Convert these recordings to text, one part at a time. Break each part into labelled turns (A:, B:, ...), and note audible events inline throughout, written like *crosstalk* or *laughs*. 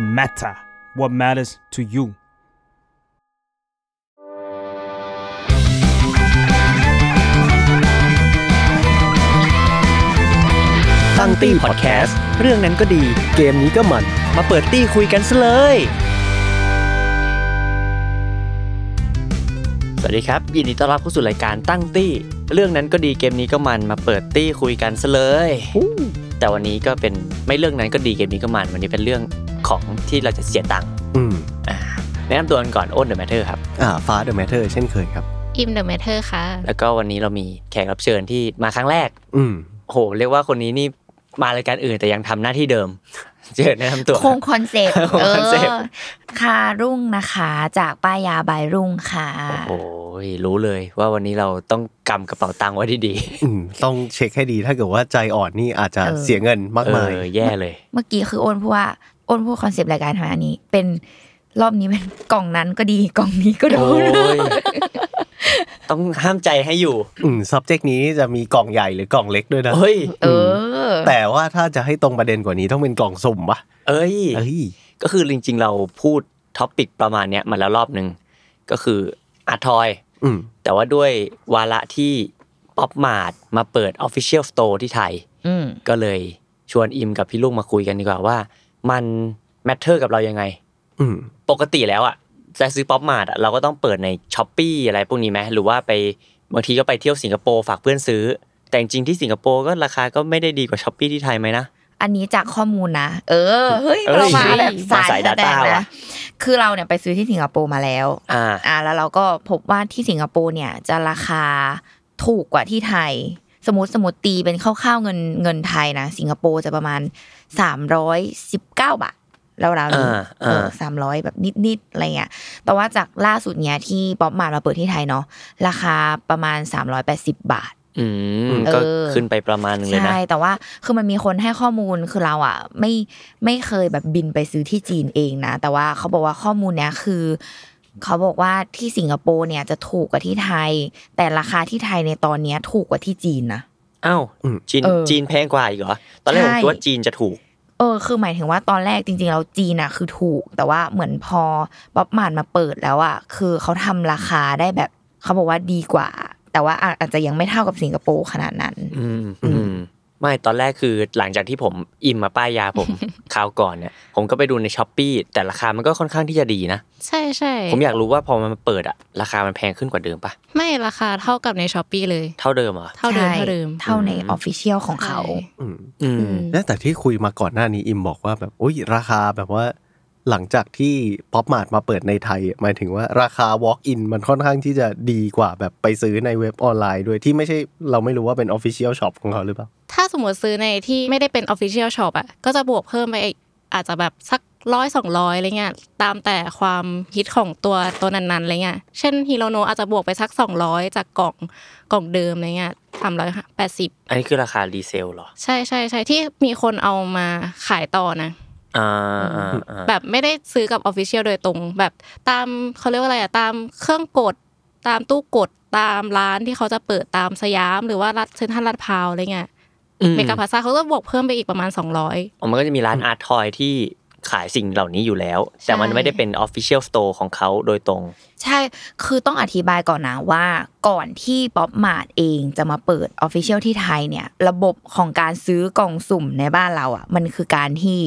A: matter what matters to you
B: ตั้งตี้พอดแคสต์เรื่องนั้นก็ดี เกมนี้ก็มัน มาเปิดตี้คุยกันซะเลย สวัสดีครับ ยินดีต้อนรับเข้าสู่รายการตั้งตี้ เรื่องนั้นก็ดีเกมนี้ก็มันมาเปิดตี้คุยกันซะเลย แต่วันนี้ก็เป็นไม่เรื่องนั้นก็ดีเกมนี้ก็มัน วันนี้เป็นเรื่องของที่เราจะเสียตังค์
C: อืม
B: แนะนำตัวกันก่อนอ้นเดอะแมทเทอร์ครับ
C: อ่าฟ้าเดอะแมทเทอร์เช่นเคยครับ
D: อิมเดอะแมทเทอร์ค่ะ
B: แล้วก็วันนี้เรามีแขกรับเชิญที่มาครั้งแรก
C: อืม
B: โห เรียกว่าคนนี้นี่มารายการอื่นแต่ยังทำหน้าที่เดิม *laughs* เจอแนะนำตัว
D: โครงคอนเซปต์
B: โครง
D: เอ
B: คอนเซปต์
D: อ คารุ่งนะคะ จากป้ายาบายรุ่งค่ะ
B: โอ้ยรู้เลยว่าวันนี้เราต้องกำกระเป๋าตังค์ไว้ดี
C: อืม ต้องเช็คให้ดีถ้าเกิดว่าใจอ่อนนี่อาจจะ
D: เออ
C: เสียเงิน
B: ๆ
C: มากมาย
B: เออแย่เลย
D: เมื่อกี้คือโอนพูดว่าโอนพูดคอนเซปต์รายการทำไมอันนี้ เป็นรอบนี้เป็น กล่องนั้นก็ดีกล่องนี้ก็โด
B: โอ้
D: น
B: ยต้องห้ามใจให้อยู่
C: อืม subject นี้จะมีกล่องใหญ่หรือกล่องเล็กด้วยนะ
B: เอ้ย
D: เออ
C: แต่ว่าถ้าจะให้ตรงประเด็นกว่านี้ต้องเป็นกล่องสุ่มปะ
B: เอ้ย
C: เอ้ย
B: ก็คือจริงๆ เราพูดท็อปิกประมาณเนี้ยมาแล้วรอบหนึ่งก็คืออาทอย
C: อืม
B: แต่ว่าด้วยวาระที่ป๊อปมาดมาเปิด Official Store ที่ไทย
D: อืม
B: ก็เลยชวนอิมกับพี่ลุงมาคุยกันดีกว่าว่า มันแมทเทอร์กับเรายังไง
C: อืม
B: ปกติแล้วอ่ะจะซื้อป๊อปมาร์ทเราก็ต้องเปิดในช้อปปีอะไรพวกนี้ไหมหรือว่าไปบางทีก็ไปเที่ยวสิงคโปร์ฝากเพื่อนซื้อ แต่จริงๆที่สิงคโปร์ก็ราคาก็ไม่ได้ดีกว่าช้อปปีที่ไทยไหมนะ
D: อันนี้จากข้อมูลนะ เออ เฮ้ย
B: เอ้ย
D: เรามาแบบสาย
B: มาสาย data
D: แตก
B: ว่ะ
D: นะ คือเราเนี่ยไปซื้อที่สิงคโปร์มาแล้ว
B: อ่า
D: อ่าแล้วเราก็พบว่าที่สิงคโปร์เนี่ยจะราคาถูกกว่าที่ไทย สมมติสมมติตีเป็นคร่าวๆเงินเงินไทยนะ สิงคโปร์จะประมาณ 319 บาทเราเรา
B: อ่าอ่า
D: สามร้อยแบบนิดๆอะไรเงี้ยแต่ว่าจากล่าสุดเนี้ยที่ป๊อปมาร์ทมาเปิดที่ไทยเนาะราคาประมาณ 380 บาท
B: อืม
D: เออ
B: ก็ขึ้นไปประมาณหนึงเลยนะ
D: ใช่ แต่ว่าคือมันมีคนให้ข้อมูลคือเราอ่ะไม่ไม่เคยแบบบินไปซื้อที่จีนเองนะ แต่ว่าเขาบอกว่าข้อมูลเนี้ยคือ เขาบอกว่าที่สิงคโปร์เนี่ยจะถูกกว่าที่ไทย แต่ราคาที่ไทยในตอนเนี้ยถูกกว่าที่จีนนะ
B: อ้าว
C: อืม
B: จีน
D: เออ
B: จีนแพงกว่าอีกเหรอ ตอนแรกผม
D: ใช่
B: คิดว่าจีนจะถูก
D: เออคือหมายถึงว่าตอนแรกจริงๆเราจีนอะคือถูก แต่ว่าเหมือนพอป๊อปมานมาเปิดแล้วอะคือเขาทำราคาได้แบบ เขาบอกว่าดีกว่า แต่ว่าอาอาจจะยังไม่เท่ากับสิงคโปร์ขนาดนั้น
B: อืมอืมไม่ตอนแรกคือหลังจากที่ผมอิ่มมาป้ายยาผม
D: *laughs*
B: คราวก่อนเนี่ย ผมก็ไปดูในช้อปปีแต่ราคามันก็ค่อนข้างที่จะดีนะ
E: ใช่ใช่
B: ผมอยากรู้ว่าพอมันเปิดอะราคามันแพงขึ้นกว่าเดิมปะ
E: ไม่ราคาเท่ากับในช้อปปีเลย
B: เท่าเดิมเหรอ
E: เท่าเดิม
D: ใช่
E: เท่าเดิม
D: เท่าในออฟฟิเชียลของเขา
C: อืม
B: อื
E: อื
B: ม
E: ม
C: และแต่ที่คุยมาก่อนหน้านี้อิมบอกว่าแบบอุ้ยราคาแบบว่า หลังจากที่ป๊อปมาร์ทมาเปิดในไทย หมายถึงว่าราคา Walk in มันค่อนข้างที่จะดีกว่าแบบไปซื้อในเว็บออนไลน์ด้วยที่ไม่ใช่เราไม่รู้ว่าเป็น Official Shop ของเขาหรือเปล่า
E: ถ้าสมมติซื้อในที่ไม่ได้เป็น Official Shop อ่ะก็จะบวกเพิ่มไปอีกอาจจะแบบสักร้อยสองร้อยอะไรเงี้ยตามแต่ความฮิตของตัวตัวนั้นๆอะไรเงี้ยเช่นฮิโรโนอาจจะบวกไปสัก 200 จากกล่องกล่องเดิมอะไรเงี้ยสามร้อยแปดสิบ
B: อันนี้คือราคารีเซลเหรอ
E: ใช่ใช่ใช่ที่มีคนเอามาขายต่อนะ
B: อ่าอ่าอ่า
E: แบบไม่ได้ซื้อกับออฟฟิเชียลโดยตรง แบบตามเขาเรียกว่าอะไรอะตามเครื่องกด ตามตู้กดตามร้านที่เขาจะเปิดตามสยามหรือว่ารัดเซ็นทรัลลาดพร้าวอะไรเงี้ย
B: อืม
E: เมกาพลาซ่าเขาก็บวกเพิ่มไปอีกประมาณ 200
B: อ๋อมันก็จะมีร้านอาร์ทอยที่ขายสิ่งเหล่านี้อยู่แล้ว
E: ใช่
B: แต่มันไม่ได้เป็นออฟฟิเชียลสโตร์ของเขาโดยตรง
D: ใช่ คือต้องอธิบายก่อนนะว่าก่อนที่ป๊อปมาดเองจะมาเปิดออฟฟิเชียลที่ไทยเนี่ย ระบบของการซื้อกล่องสุ่มในบ้านเราอ่ะ มันคือการที่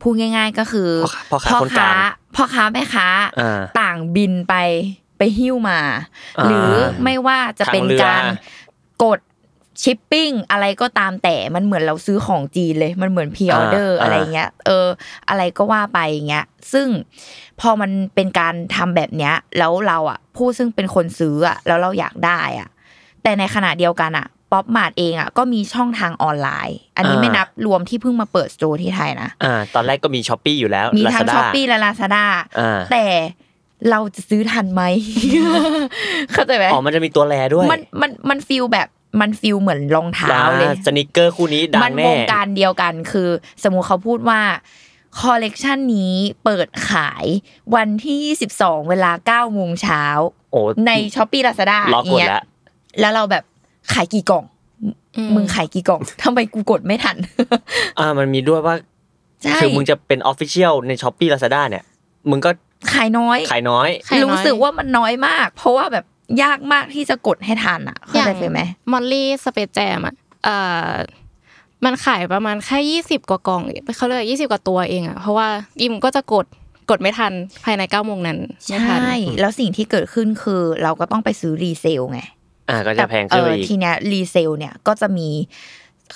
D: พูดง่าย ๆ ก็คือ
B: พ่อค้าคนกลาง
D: พ่อค้าแม่ค้า
B: อ่า
D: ต่างบินไปไปหิ้วมา
B: อ่า
D: หรือไม่ว่าจะเป็น
B: ทางเรือ
D: การกดชิปปิ้งอะไรก็ตามแต่มันเหมือนเราซื้อของจีนเลยมันเหมือนพ ออเดอร์
B: อ่า
D: อะไรเงี้ย เออ อะไรก็ว่าไปอย่างเงี้ย ซึ่งพอมันเป็นการทำแบบเนี้ย แล้วเราอ่ะ ผู้ซึ่งเป็นคนซื้ออ่ะ แล้วเราอยากได้อ่ะ แต่ในขณะเดียวกันอ่ะ ป๊อปมาดเองอ่ะ ก็มีช่องทางออนไลน์ อันนี้ไม่นับรวมที่เพิ่งมาเปิดสโตร์ที่ไทยนะ
B: อ่า ตอนแรกก็มีช้อปปีอยู่แล้ว
D: มี
B: ลา
D: ทั้
B: ซา
D: ง
B: ด้า
D: ช้อปปี้และลาซาด้า
B: อ่า
D: แต่เราจะซื้อทันไหม
B: *laughs*
D: เข้าใจไหม
B: อ๋อมันจะมีตัวแลด้วย
D: มัน มัน มันฟิลแบบ มันฟิลเหมือนรองเท้าเลย
B: สนิเกอร์คู่นี้ดั
D: มั
B: ง
D: นว
B: แน่
D: งการเดียวกันคือ สมมุติเขาพูดว่าคอลเลกชันนี้เปิดขายวันที่ 22 เวลา9โมงเช้า
B: โอ้
D: ในช้อปปี้ลาซาด้า
B: ล็อกกดละ
D: แล้วเราแบบขายกี่กล่อง *laughs*
E: อื
D: มึงขายกี่กล่อง ทำไมกูกดไม่ทัน *laughs*
B: อ่ามันมีด้วยว่า
D: ใช่
B: คือมึงจะเป็นออฟฟิเชียลในช้อปปี้ลาซาด้าเนี่ย มึงก็
D: ขายน้อย
B: ขายน้อย
E: ขายน้อย
D: รู้สึกว่ามันน้อยมาก เพราะว่าแบบยากมากที่จะกดให้ทันอ่ะ เข้าใจไหม
E: มอลลี่สเปซแจมอ่ะเอ่อมันขายประมาณแค่ยี่สิบกว่ากล่องเขาเรียกยี่สิบกว่าตัวเองอ่ะ เพราะว่าอิมก็จะกดกดไม่ทันภายในเก้าโมงนั้นไม่
D: ใช่
E: ทัน
D: แล้วสิ่งที่เกิดขึ้นคือเราก็ต้องไปซื้อรีเซลไง
B: อ่าก็จะแพงขึ้นไป
D: เออ
B: อีก
D: ทีเนี้ยรีเซลเนี่ยก็จะมี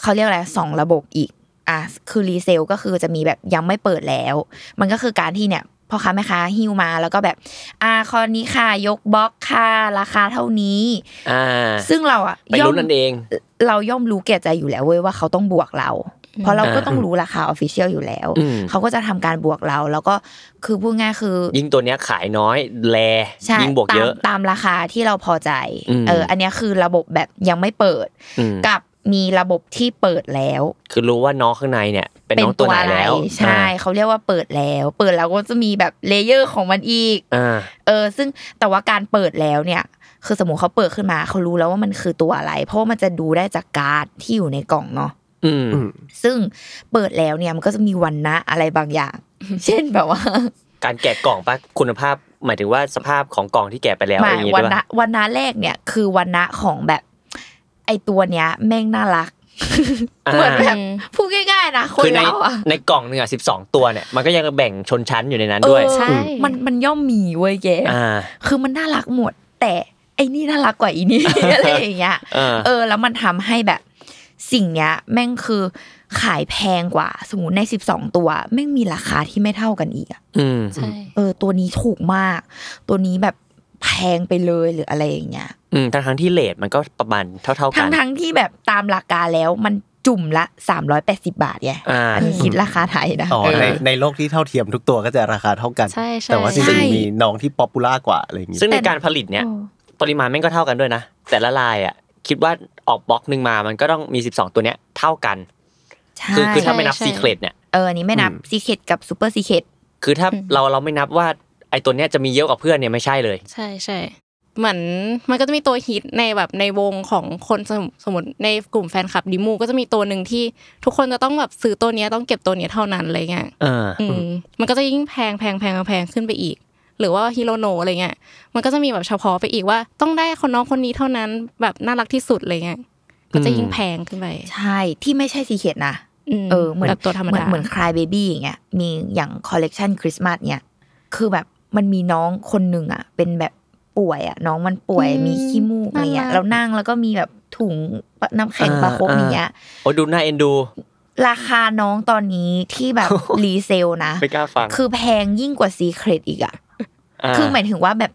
D: เขาเรียกอะไรสองระบบอีกอ่ะคือรีเซลก็คือจะมีแบบยังไม่เปิดแล้ว มันก็คือการที่เนี่ยพ่อค้าแม่ค้าหิ้วมาแล้วก็แบบอ่าคอนนี้ค่ะยกบล็อกค่ะราคาเท่านี้
B: อ่า
D: ซึ่งเราอ่ะ
B: ไปลุ้นนั่นเอง
D: เราย่อมรู้แก่ใจอยู่แล้วเว้ยว่าเขาต้องบวกเรา เพราะเราก็ต้องรู้ราคาออฟฟิเชียลอยู่แล้ว
B: อืม
D: เขาก็จะทำการบวกเรา แล้วก็คือพูดง่ายคือ
B: ยิ่งตัวเนี้ยขายน้อยแล
D: ใช่
B: ยิ่งบวกเยอะ
D: ตามตามราคาที่เราพอใจ
B: อืม
D: เออ อันเนี้ยคือระบบแบบยังไม่เปิด
B: อืม
D: กับมีระบบที่เปิดแล้ว
B: คือรู้ว่าน้องข้างในเนี่ย เป็นน้องตัวไหนแล้ว
D: ใช่ เขาเรียกว่าเปิดแล้ว เปิดแล้วก็จะมีแบบเลเยอร์ของมันอีก
B: อ่า
D: เออ ซึ่งแต่ว่าการเปิดแล้วเนี่ย คือสมมติเขาเปิดขึ้นมาเขารู้แล้วว่ามันคือตัวอะไร เพราะว่ามันจะดูได้จากการ์ดที่อยู่ในกล่องเนาะ
B: อืม
C: อืม
D: ซึ่งเปิดแล้วเนี่ยมันก็จะมีวันนะอะไรบาง *laughs* อย่าง เช่นแบบว่า
B: การแกะกล่องปะคุณภาพ หมายถึงว่าสภาพของกล่องที่แกะไปแล้ว
D: ห
B: อะ
D: มา
B: ไรอย ย่างงี้
D: วั
B: ด้วย
D: นนะ
B: ปะ
D: วันนะแรกเนี่ยคือวันนะของแบบ ไอตัวเนี้ยแม่งน่ารัก
B: อ่า
D: เหมือนแบบพูดง่ายๆนะคน
B: คือใน
D: เราอ่ะ
B: ในกล่องหนึ่งอ่ะสิบสองตัวเนี่ยมันก็ยังแบ่งชนชั้นอยู่ในนั้น
D: เอ
B: ด้วย
D: อ
E: ใช่
D: มันมันย่อมมีเว้ยแก
B: อ่า
D: คือมันน่ารักหมด แต่ไอนี่น่ารักกว่าอีนี่ *laughs* อะไรอย่างเงี้ย
B: เออ
D: เออ แล้วมันทำให้แบบ สิ่งเนี้ย แม่งคือขายแพงกว่า สมมติในสิบสองตัว แม่งมีราคาที่ไม่เท่ากันอีกอะ
B: อืม
E: ใช่
D: เออตัวนี้ถูกมาก ตัวนี้แบบแพงไปเลยหรืออะไรอย่างเงี้ย
B: อืมทั้งทั้งๆที่เลทมันก็ประมาณเท่าเท่าๆกั
D: ทั้ง
B: น
D: ทั้งที่แบบตามหลักการแล้วมันจุ่มละ 380 บาทไง
B: อ่า
D: อันนี้คิดราคาไทยนะ
C: อ๋อ
D: เออ
C: ในในโลกที่เท่าเทียมทุกตัวก็จะราคาเท่ากัน
E: ใช่ใช่
C: แต่ว่าจริงๆมีน้องที่ป๊อปปูล่ากว่าอะไรอย่างงี้
B: ซึ่งในการผลิตเนี่ย ปริมาณแม่งก็เท่ากันด้วยนะ แต่ละลายอ่ะ คิดว่าออกบล็อกหนึ่งมามันก็ต้องมี 12 ตัวเนี้ยเท่ากัน
D: ใช่
B: คือคือถ้าไม่นับ
E: ใช่
B: ซีเครตเนี่ย
D: เอออันนี้ไม่นับ
C: อืม
D: ซีเคตกับซูเปอร์ซีเคต
B: คือถ้าเราเราไม่นับว่าไอตัวเนี้ยจะมีเยอะกว่าเพื่อนเนี่ยไม่ใช่เลย
E: ใช่ใช่เหมือนมันก็จะมีตัวฮิตในแบบในวงของคนสมสมมติในกลุ่มแฟนคลับดิมูก็จะมีตัวหนึ่งที่ทุกคนจะต้องแบบซื้อตัวเนี้ยต้องเก็บตัวเนี้ยเท่านั้นอะไรเงี้ย
B: เออ
E: อืมมันก็จะยิ่งแพงแพงแพงแพงขึ้นไปอีก หรือว่าฮิโรโนะอะไรเงี้ยมันก็จะมีแบบเฉพาะไปอีกว่า ต้องได้คนน้องคนนี้เท่านั้นแบบน่ารักที่สุดอะไรเงี้ยก็จะยิ่งแพงขึ้นไป
D: ใช่ที่ไม่ใช่ซีเคตนะ เออเหมือน
E: แบบตัวธรรม
D: เหมือ
E: ดาน
D: เหมือนคลายเบบี้อย่างเงี้ยมีอย่างคอลเลกชันคริสต์มาสเนี่ยคือแบบมันมีน้องคนหนึ่งอ่ะ เป็นแบบป่วยอ่ะ น้องมันป่วยมีขี้มูกอะไรเงี้ยแล้วนั่งแล้วก็มีแบบถุงน้ำแข็งประคบอย่างเงี้ย
B: โอ้ดูน่าเอ็นดู
D: ราคาน้องตอนนี้ที่แบบ รีเซลนะ
B: ไม่กล้าฟัง
D: คือแพงยิ่งกว่าซีเครตอีกอะ
B: า
D: คือหมายถึงว่าแบบ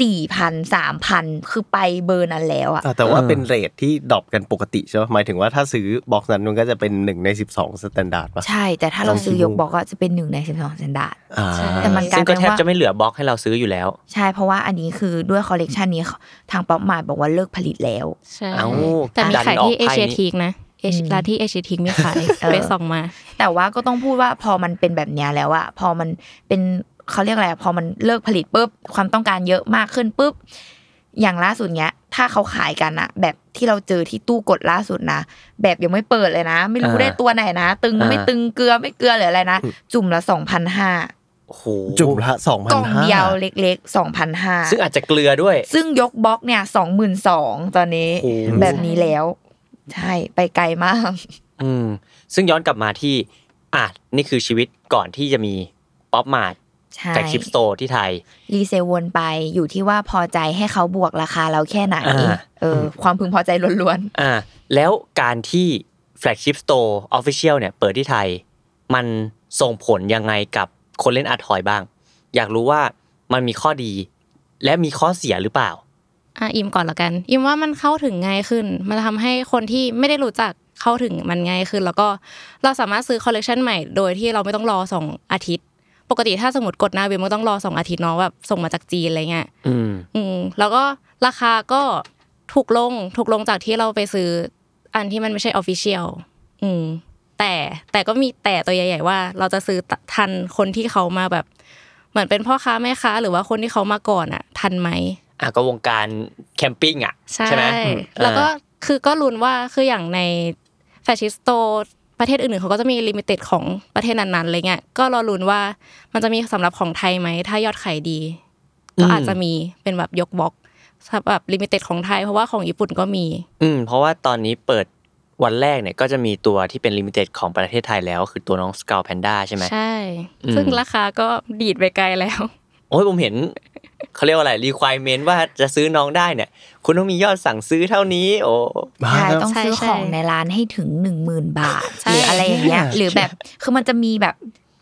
D: สี่พันสามพันคือไปเบอร์นั้นแล้วอะ
C: อ่ะแต่ว่า
B: เออ
C: เป็นเรทที่ดรอปกันปกติใช่ไหมหมายถึงว่าถ้าซื้อบ็อกซ์นั้นมันก็จะเป็นหนึ่งในสิบสองสแตนดาร์ดป่ะ
D: ใช่ แต่ถ้าเราซื้อยกบอกก็จะเป็นหนึ่งในสิบสองเซนดาร์ด
C: อ่า
D: แต่มัน กลาย
B: ซึ่งก็
D: เป็
B: แทบ
D: ว่า
B: จะไม่เหลือบล็อกให้เราซื้ออยู่แล้ว
D: ใช่เพราะว่าอันนี้คือด้วยคอลเลกชันนี้ทางป๊อปมาบอกว่าเลิกผลิตแล้ว
E: ใช่
B: เอ้า
E: แต่มีขายที่
B: ดันออก
E: เอ
B: ไพ่นี้
E: เชียทีกนะเอเชีย
D: อืม
E: ร้านที่เอเชียทีกมีขาย
D: เออ
E: ไปส่องมา
D: แต่ว่าก็ต้องพูดว่าพอมันเป็นแบบเนี้ยแล้วอะพอมันเป็นเขาเรียกอะไรอะพอมันเลิกผลิตปุ๊บความต้องการเยอะมากขึ้นปุ๊บอย่างล่าสุดเนี้ย ถ้าเขาขายกันอะแบบที่เราเจอที่ตู้กดล่าสุดนะแบบยังไม่เปิดเลยนะ ไม่รู้
B: อ่า
D: ได้ตัวไหนนะ ตึง
B: อ่า
D: ไม่ตึงเกลือไม่เกลือหรืออะไรนะ จุ่มละสองพันห้า
B: โอ้โห
C: จุ่มละสองพั
D: ก
C: น
D: ล่อง
C: ห้า
D: เดียวเล็กๆสองพันห้า
B: ซึ่งอาจจะเกลือด้วย
D: ซึ่งยกบล็อกเนี่ยสองหมื่นสองตอนนี้
B: โอ้โห
D: แบบนี้แล้ว ใช่ไปไกลมาก
B: อืมซึ่งย้อนกลับมาที่อ่ะนี่คือชีวิตก่อนที่จะมีป๊อปมาร์ท
D: ใช่
B: กับคลิปโตที่ไทย
D: รีเซลวนไปอยู่ที่ว่าพอใจให้เขาบวกราคาเราแค่ไหน
B: อ่า
D: เออ ความพึงพอใจล้วน
B: อ่าแล้วการที่ Flagship Store Official เนี่ยเปิดที่ไทย มันส่งผลยังไงกับคนเล่นอาร์ทอยบ้าง อยากรู้ว่ามันมีข้อดี และมีข้อเสียหรือเปล่า
E: อ่ะอิมก่อนละกัน อิมว่ามันเข้าถึงง่ายขึ้น มันทำให้คนที่ไม่ได้รู้จักเข้าถึงมันง่ายขึ้น แล้วก็เราสามารถซื้อคอลเลกชันใหม่โดยที่เราไม่ต้องรอสองอาทิตย์ ปกติถ้าสมมติกดหน้าเว็บมันก็ต้องรอสองอาทิตย์เนาะแบบส่งมาจากจีนอะไรเงี้ย
B: อืม
E: อืมแล้วก็ราคาก็ถูกลงถูกลงจากที่เราไปซื้ออันที่มันไม่ใช่ออฟฟิเชียลอืมแต่แต่ก็มีแต่ตัวใหญ่ๆว่า เราจะซื้อทันคนที่เขามาแบบ เหมือนเป็นพ่อค้าแม่ค้า หรือว่าคนที่เขามาก่อนอะทันไหม
B: อ่ะก็วงการแคมปิ้งอ่ะ
E: ใช่
B: ไหม
E: แล้วก็
B: อ่า
E: คือก็ลุ้นว่าคืออย่างในแฟชิสโต ประเทศอื่นๆเขาก็จะมีลิมิเต็ดของประเทศนั้นๆอะไรเงี้ยก็รอลุ้นว่ามันจะมีสำหรับของไทยไหม ถ้ายอดขายดี ก็อาจจะมีเป็นแบบยกบล็อกสำหรับลิมิเต็ดของไทยเพราะว่าของญี่ปุ่นก็มี
B: อืมเพราะว่าตอนนี้เปิดวันแรกเนี่ยก็จะมีตัวที่เป็นลิมิเต็ดของประเทศไทยแล้ว คือตัวน้องสกาวแพนด้าใช่ไหม
E: ใช่
B: อืม
E: ซึ่งราคาก็ดีดไปไกลแล้ว
B: โอ้ยผมเห็น เขาเรียกว่าอะไรรีควายเมนว่าจะซื้อน้องได้เนี่ย คุณต้องมียอดสั่งซื้อเท่านี้ โอ้
D: ใช่ต้อง
E: ใช่
D: ซื้อ
E: ใช่
D: ของในร้านให้ถึงหนึ่งหมื่นบาท
E: ใช่
D: หรืออะไรอย่างเงี้ย หรือแบบคือมันจะมีแบบ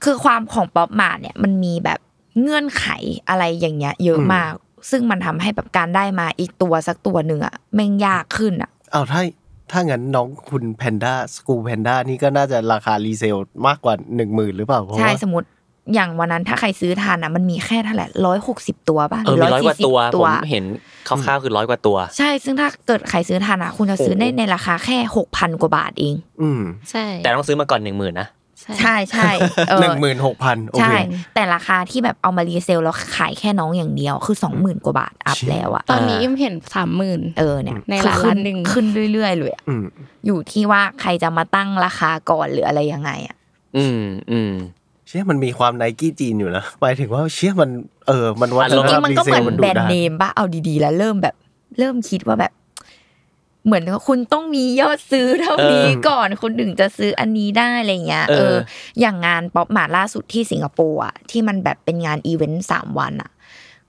D: คือความของป๊อปมาเนี่ยมันมีแบบเงื่อนไขอะไรอย่างเงี้ย เยอะมาก ซึ่งมันทำให้แบบการได้มาอีกตัวสักตัวหนึ่งอะแม่งยากขึ้นอะ
C: เอาถ้าถ้างั้นน้องคุณแพนด้าสกูแพนด้านี่ก็น่าจะราคารีเซลมากกว่าหนึ่งหมื่นหรือเปล่าเพราะ
D: ใช่
C: ว่า
D: สมมติอย่างวันนั้นถ้าใครซื้อทันอะมันมีแค่เท่าไหร่ร้อยหกสิบตัวป่ะ
B: เออมีร้อยกว่า
D: 140
B: ตัว ผมเห็นคร่าวๆคือร้อยกว่าตัว
D: ใช่ ซึ่งถ้าเกิดใครซื้อทันอ่ะ คุณจะซื้อได้ในราคาแค่หกพันกว่าบาทเอง
C: อืม
E: ใช่
B: แต่ต้องซื้อมาก่อนหนึ่งหมื่นนะ
D: ใช่ใช่เออ
C: หนึ่งหมื่นหกพันโอเค
D: ใช่ แต่ราคาที่แบบเอามารีเซลแล้วขายแค่น้องอย่างเดียว คือสองหมื่นกว่าบาทอัพ
C: เชี่ย
D: แล้วอ่ะ
E: ตอนนี้ยิ่มเห็นสามหมื่น
D: เออเนี่ย
E: ใน
D: คือ
E: ร้าน
D: ขึ้
E: ร้านหนึ่ง
D: ขึ้นเรื่อยๆเลยอะ
C: อืม
D: อยู่ที่ว่าใครจะมาตั้งราคาก่อนหรืออะไรยังไงอ่ะ
B: อืมอืม
C: เชี่ยมันมีความไนกี้จีนอยู่นะหมายถึงว่าเชี่ยมันเออมันวัฒน
D: จ
C: ธรง
D: ริ
C: รม
D: ๆมั
C: รี
D: นก็
C: เซ
D: เห
C: ล
D: มือน
C: มัน
D: แบ
C: ดู
D: รน
C: ได้
D: ด์เนมปะเอาดีๆ แล้วเริ่มแบบ เริ่มคิดว่าแบบ เหมือนว่าคุณต้องมียอดซื้อเท่านี้
B: เออ
D: ก่อนคุณถึงจะซื้ออันนี้ได้อะไรเงี้ย
B: เออ
D: เออ อย่างงานป๊อปมาล่าสุดที่สิงคโปร์อะที่มันแบบเป็นงานอีเวนต์สามวันอะ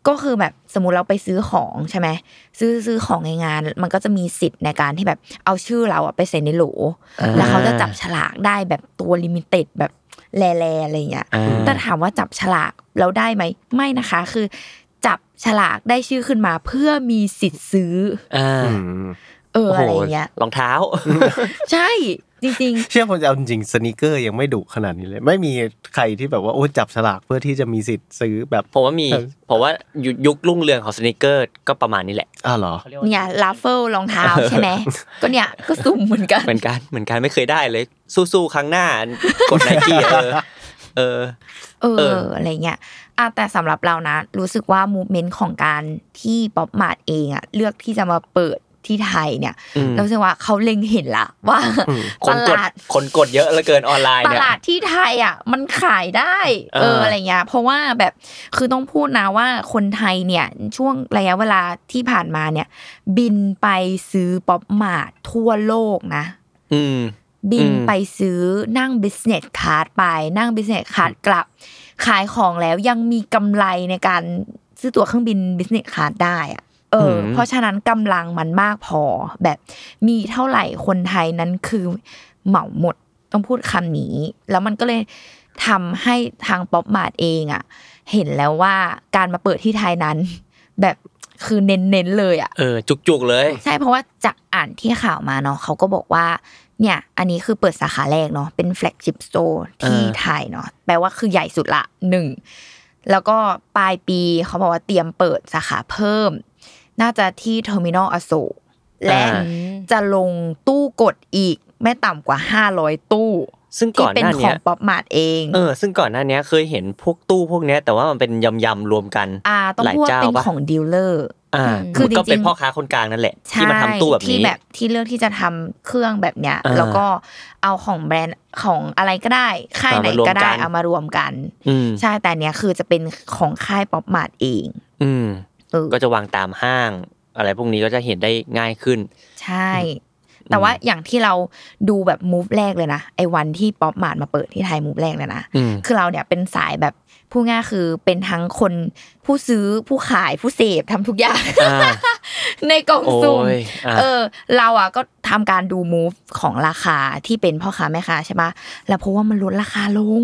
D: ก็คือแบบสมมติเราไปซื้อของใช่ไหมซื้อซื้อของในงาน มันก็จะมีสิทธิ์ในการที่แบบเอาชื่อเราอะไปใส่ในโหล แล้วเขาจะจับฉลากได้แบบตัวลิมิเต็ดแบบแร่ๆอะไรเงี้ย
B: อ่า
D: แต่ถามว่าจับฉลากแล้วได้ไหม ไม่นะคะ คือ จับฉลากได้ชื่อขึ้นมาเพื่อมีสิทธิ์ซื้อ
B: อ่า
C: อืม
D: เออ
B: โอ้
D: อะไรอย่างเงี้ย
B: รองเท้า *laughs*
D: ใช่จริง
C: เชี่ยผมจะเอาจริงสนิเกอร์ยังไม่ดุขนาดนี้เลย ไม่มีใครที่แบบว่าโอ้ยจับฉลากเพื่อที่จะมีสิทธิ์ซื้อแบบ
B: ผมว่ามีผมว่ายุยุครุ่งเรืองของสนิเกอร์ก็ประมาณนี้แหละ
C: อ้าวเหรอ
D: ๆ เนี่ยลาเฟลรองเท้าใช่ไหม *laughs* ก็เนี่ยก็สุ่มเหมือนกัน
B: เหมือนกัน *laughs* เหมือนกันไม่เคยได้เลย สู้ๆครั้งหน้ากดไนกี้เออเออ
D: เอ
B: เอ
D: อ
B: ออ
D: อะไรเงี้ยอ่ะแต่สำหรับเรานะ รู้สึกว่ามูเมนต์ของการที่ป๊อปมาดเองอะเลือกที่จะมาเปิดที่ไทยเนี่ย
B: อืม
D: เรารู้สึกว่าเขาเล็งเห็นละว่า
C: อืม
B: ค
D: ต
B: นกด
D: ลาด
B: คนกดเยอะเหลือเกินออนไลน์
D: ต
B: เนี่ย
D: ลาดที่ไทยอ่ะมันขายได้
B: เออ
D: เอออะไรเงี้ยเพราะว่าแบบคือต้องพูดนะว่าคนไทยเนี่ยช่วงระยะเวลาที่ผ่านมาเนี่ย บินไปซื้อป๊อปมาร์ททั่วโลกนะ
B: อืม
D: บิน
B: อืม
D: ไปซื้อนั่ง business card ไปนั่ง business card กลับ ขายของแล้วยังมีกำไรในการซื้อตั๋วเครื่องบิน business card ได้อะเอออ
B: ม
D: เพราะฉะนั้นกำลังมันมากพอแบบมีเท่าไหร่คนไทยนั้นคือเหมาหมดต้องพูดคำนี้ แล้วมันก็เลยทำให้ทางป๊อปมาดเองอะเห็นแล้วว่าการมาเปิดที่ไทยนั้น แบบคือเน้นๆเลยอะ
B: เออ จุกๆเลย
D: ใช่เพราะว่าจากอ่านที่ข่าวมาเนาะเขาก็บอกว่า เนี่ย อันนี้คือเปิดสาขาแรกเนาะเป็นแฟลกชิพโซที่
B: เออ
D: ไทยเนาะแปลว่าคือใหญ่สุดละหนึ่งแล้วก็ปลายปีเขาบอกว่าเตรียมเปิดสาขาเพิ่ม น่าจะที่เทอร์มินอลอโศกและ
B: อ่า
D: จะลงตู้กดอีกไม่ต่ำกว่า 500 ตู้
B: ซึ่ง
D: ที่
B: ก่อน
D: เป็
B: ห
D: น
B: น้า
D: ข
B: เนี้
D: อง
B: ย
D: ป๊อปมาดเอง
B: เออ ซึ่งก่อนหน้าเนี้ยเคยเห็นพวกตู้พวกเนี้ย แต่ว่ามันเป็นยำๆรวมกัน
D: อ่าต้อง
B: หลาย
D: พูดว่า
B: เจ้า
D: เป็น
B: ปะ
D: ของดีลเลอร์
B: อ่า
D: คือ
B: มันก็เป็
D: จ
B: น
D: ริงๆ
B: พ่อค้าคนกลางนั่นแหละ ที่มาทำตู้แบบ
D: ที่
B: นี้
D: แบบที่เลือกที่จะทำเครื่องแบบเนี้ย
B: อ่า
D: แล้วก็เอาของแบรนด์ของอะไรก็ได้ ค่ายไหน
B: เอามารวม
D: ก็ได้
B: กัน
D: เอามารวมกัน
B: อืม
D: ใช่แต่เนี้ยคือจะเป็นของค่ายป๊อปมาร์ทเอง
B: อืม
D: เออ
B: ก็จะวางตามห้าง อะไรพวกนี้ก็จะเห็นได้ง่ายขึ้น
D: ใช่ แต่ว่าอย่างที่เราดูแบบมูฟแรกเลยนะไอ้วันที่ป๊อปมาร์ทมาเปิดที่ไทยมูฟแรกเลยนะ
B: อืม
D: คือเราเนี่ยเป็นสายแบบพูดง่ายคือเป็นทั้งคนผู้ซื้อผู้ขายผู้เสพทำทุกอย่าง *laughs*
B: อ่า
D: ในกล่อง
B: โอ้
D: สุ่ม
B: ยอ่ะ
D: เออเราอ่ะก็ทำการดูมูฟของราคาที่เป็นพ่อค้าแม่ค้าใช่ปะแล้วเพราะว่ามันลดราคาลง